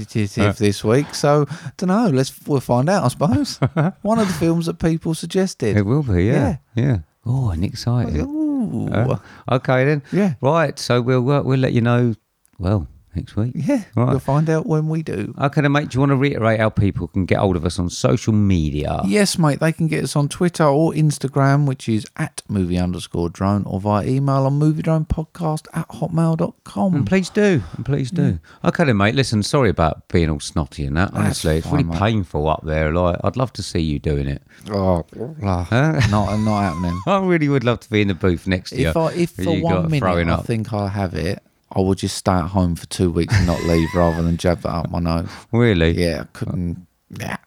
S1: this week, so don't know. Let's we'll find out, I suppose. One of the films that people suggested.
S2: It will be, yeah. Yeah. Oh, and exciting.
S1: Ooh.
S2: Uh, okay, then.
S1: Yeah.
S2: Right. So we'll work. We'll let you know, well, next week.
S1: yeah,
S2: All right.
S1: we'll find out when we do.
S2: Okay, then, mate, do you want to reiterate how people can get hold of us on social media?
S1: Yes, mate, they can get us on Twitter or Instagram, which is at movie underscore drone, or via email on movie drone podcast at hotmail.com.
S2: And please do. And please do. Okay, then, mate, listen, sorry about being all snotty and that. Honestly, it's
S1: fine,
S2: really
S1: mate.
S2: painful up there. Like, I'd love to see you doing it.
S1: Oh, ah, not not happening.
S2: I really would love to be in the booth next year.
S1: If I if
S2: but
S1: for
S2: you
S1: one
S2: got
S1: minute
S2: throwing
S1: I
S2: up.
S1: think I have it, I will just stay at home for two weeks and not leave, rather than jab that up my nose.
S2: really,
S1: Yeah, I couldn't. Yeah,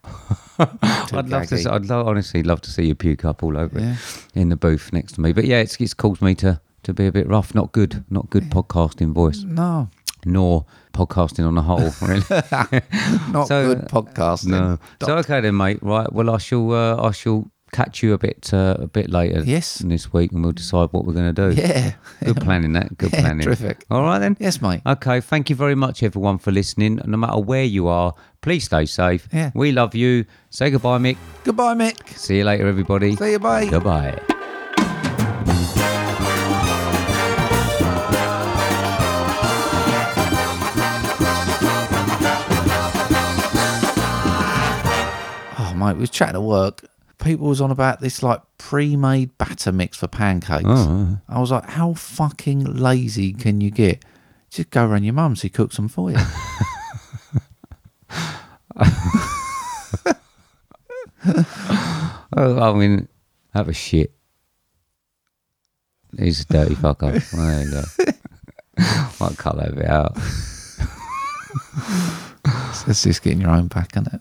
S1: Too
S2: I'd love to.
S1: gaggy.
S2: See, I'd lo- honestly love to see you puke up all over
S1: Yeah.
S2: it in the booth next to me. But yeah, it's it's caused me to to be a bit rough. Not good. Not good podcasting voice.
S1: No,
S2: Nor podcasting on the whole. Really.
S1: not
S2: So,
S1: good podcasting.
S2: No.
S1: Doc-
S2: So okay then, mate. Right. Well, I shall. Uh, I shall catch you a bit. Uh, a bit later.
S1: Yes.
S2: This week, and we'll decide what we're going to do.
S1: Yeah.
S2: Good planning. That. Good
S1: Yeah,
S2: planning.
S1: terrific.
S2: All right then.
S1: Yes, mate.
S2: Okay. Thank you very much, everyone, for listening. No matter where you are, please stay safe.
S1: Yeah.
S2: We love you. Say goodbye, Mick.
S1: Goodbye, Mick.
S2: See you later, everybody.
S1: See you, bye.
S2: Goodbye.
S1: Oh, mate, we was chatting at work. people was on about this like pre-made batter mix for pancakes.
S2: Oh,
S1: I was like, how fucking lazy can you get? Just go around your mum's; she cooks them for you.
S2: Oh, I mean, that was shit. He's a dirty fucker. There you go. I can't let it out.
S1: it's just getting your own back, isn't it?